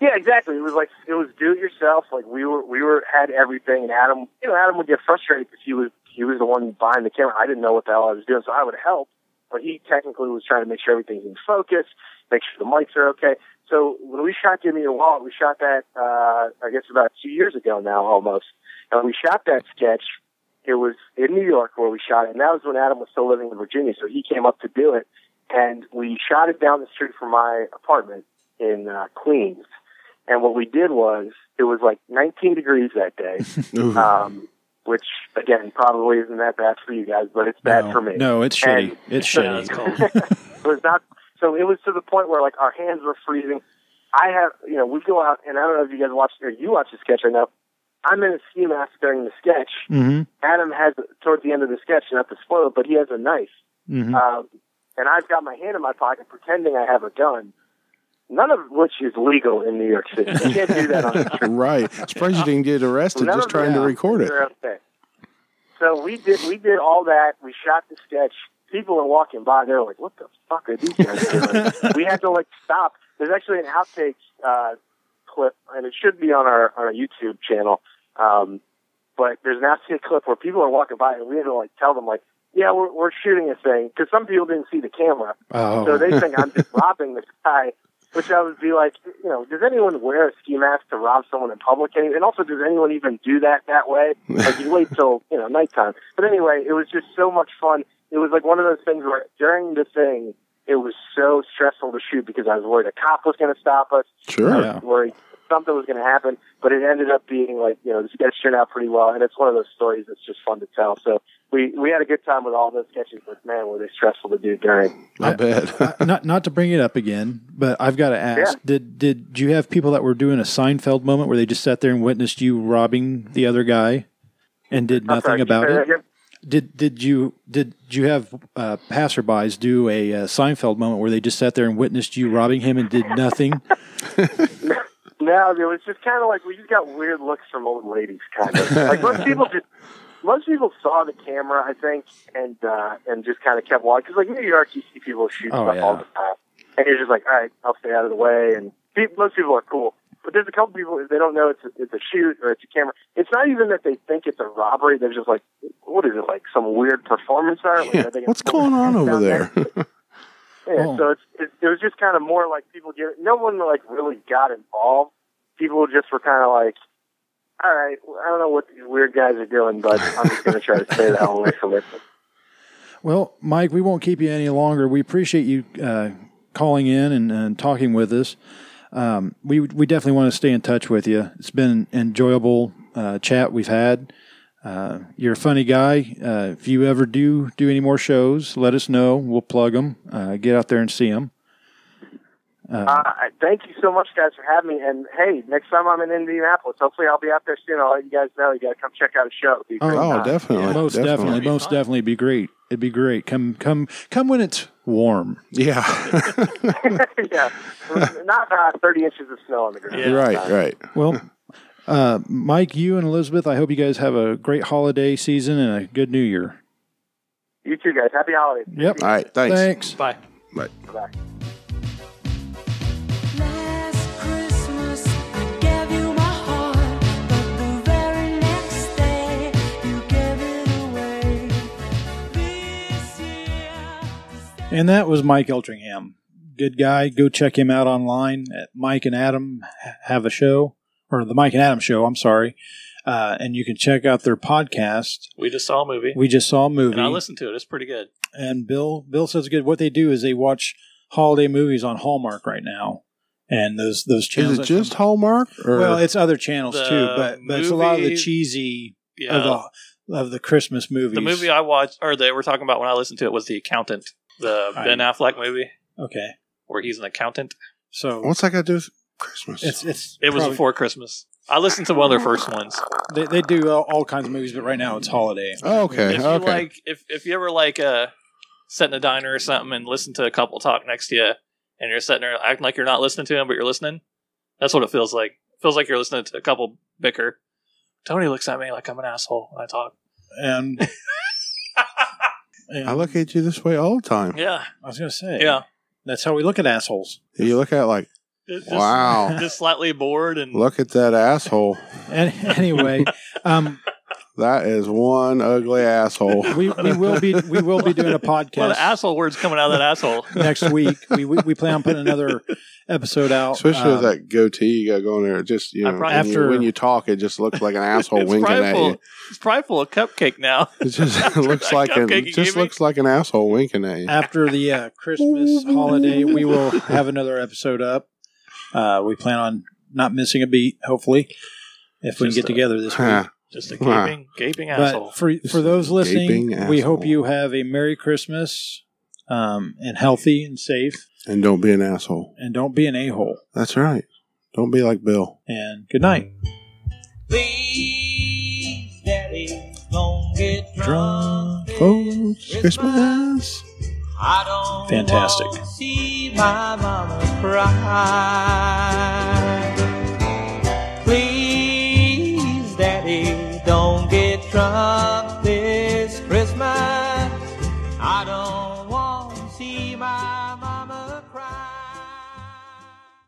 Yeah, exactly. It was like it was do it yourself. Like we were we were had everything, and Adam, you know, Adam would get frustrated because he was he was the one behind the camera. I didn't know what the hell I was doing, so I would help, but he technically was trying to make sure everything's in focus, make sure the mics are okay. So when we shot Give Me Your Wallet, we shot that uh I guess about two years ago now almost, and we shot that sketch. It was in New York where we shot it, and that was when Adam was still living in Virginia, so he came up to do it, and we shot it down the street from my apartment in uh, Queens. And what we did was, it was like 19 degrees that day, Ooh. um, which again probably isn't that bad for you guys, but it's bad no, for me. No, it's shitty. And- it's Yeah, shitty. that's cool. It was not. So it was to the point where like our hands were freezing. I have, you know, we go out, and I don't know if you guys watch or you watch the sketch right now. I'm in a ski mask during the sketch. mm-hmm. Adam has toward the end of the sketch, not to spoil it, but he has a knife. Mm-hmm. Um, and I've got my hand in my pocket pretending I have a gun, none of which is legal in New York City. You can't do that on the street. right. Surprised you didn't get arrested None just of trying to the- record it. they're okay. So we did we did all that. We shot the sketch. People are walking by. They're like, "What the fuck are these guys doing?" we had to like stop. There's actually an outtakes uh, clip, and it should be on our on our YouTube channel. Um, but there's an outtake clip where people are walking by, and we had to like tell them like, "Yeah, we're we're shooting a thing," because some people didn't see the camera. Oh, So they think I'm just robbing this guy, which I would be like, you know, does anyone wear a ski mask to rob someone in public? And and also, does anyone even do that that way? Like, you wait till, you know, nighttime. But anyway, it was just so much fun. It was like one of those things where during the thing, it was so stressful to shoot because I was worried a cop was going to stop us. Sure. Yeah. I was worried something was going to happen, but it ended up being like, you know, the sketch turned out pretty well. And it's one of those stories that's just fun to tell. So we, we had a good time with all those sketches, but man, were they stressful to do during. I bet. not not to bring it up again, but I've got to ask: Did did you have people that were doing a Seinfeld moment where they just sat there and witnessed you robbing the other guy and did I'm nothing sorry, can you about say that it? again? Did did you did you have uh, passerbys do a uh, Seinfeld moment where they just sat there and witnessed you robbing him and did nothing? No, it was just kind of like we just got weird looks from old ladies, kind of. like most people just, most people saw the camera, I think, and uh, and just kind of kept walking. Because like New York, you see people shoot Oh, stuff all yeah. the time, and you're just like, all right, I'll stay out of the way. And pe- most people are cool, but there's a couple people if they don't know it's a, it's a shoot or it's a camera. It's not even that they think it's a robbery. They're just like, what is it like? Some weird performance art? Like, Yeah, are they gonna What's put going their on hands over down there? yeah, Oh. so it's, it, it was just kind of more like people get no one like really got involved. People just were kind of like, all right, I don't know what these weird guys are doing, but I'm just going to try to stay the hell away from it. Well, Mike, we won't keep you any longer. We appreciate you uh, calling in and, and talking with us. Um, we we definitely want to stay in touch with you. It's been an enjoyable uh, chat we've had. Uh, you're a funny guy. Uh, if you ever do do any more shows, let us know. We'll plug them. Uh, get out there and see them. Uh, I- thank you so much, guys, for having me. And hey, next time I'm in Indianapolis, hopefully I'll be out there soon. I'll let you guys know. You got to come check out a show. It'd be a great oh, time. definitely. most definitely, That'd be most fun. definitely be great. It'd be great. Come come come when it's warm. Yeah. yeah, not uh, 30 inches of snow on the ground. Yeah. right, right. Well, uh, Mike, you and Elizabeth, I hope you guys have a great holiday season and a good new year. You too, guys. Happy holidays. Yep. All right. Thanks. Thanks. Bye. Bye. Bye. Last Christmas, I gave you my heart, but the very next day, you gave it away. This year, And that was Mike Eltringham. Good guy. Go check him out online at Mike and Adam have a show or the Mike and Adam show. I'm sorry. Uh, and you can check out their podcast. We just saw a movie. We just saw a movie and I listened to it. It's pretty good. and Bill Bill says good. What they do is they watch holiday movies on Hallmark right now. And those, those channels. Is it just Hallmark? Or? well, it's other channels The too, but, but it's a lot of the movie- cheesy Yeah. of the of the Christmas movies. the movie I watched, or that we're talking about when I listened to it, was The Accountant, the I- Ben Affleck movie okay, where he's an accountant. so What's that got to do with Christmas? it's it's It was probably- before Christmas. I listened to one of their first ones. they, they do all, all kinds of movies, but right now it's holiday. oh, okay. if you okay. like, if if you ever like uh, sit in a diner or something and listen to a couple talk next to you, and you're sitting there acting like you're not listening to him, but you're listening. That's what it feels like. It feels like you're listening to a couple bicker. Tony looks at me like I'm an asshole when I talk. And, and um, I look at you this way all the time. yeah, I was gonna say, yeah. that's how we look at assholes. You look at it like, Just- wow, Just slightly bored and look at that asshole. And anyway, um, That is one ugly asshole. we, we will be we will be doing a well, the podcast asshole words coming out of that asshole. next week. We, we we plan on putting another episode out. um, Especially with that goatee you got going there. It Just, you Oh, uh, I know, probably- when, you, After- when you talk, it just looks like an asshole it's winking at prideful. you. It's prideful. A cupcake now. It just looks that like an, cupcake you just gave me. looks like an asshole winking at you. after the uh, Christmas holiday, we will have another episode up. Uh, we plan on not missing a beat, hopefully, if we can Just get a- together this week. Huh. Just a Wow. gaping, gaping asshole. But for for those listening, Gaping we asshole. hope you have a Merry Christmas um, and healthy and safe, And don't be an asshole. and don't be an a hole. That's right. Don't be like Bill. And good night. Please, Daddy, don't get Drunk Folks, Christmas. I don't Fantastic. wanna see my mama cry. Please, Daddy, don't get drunk.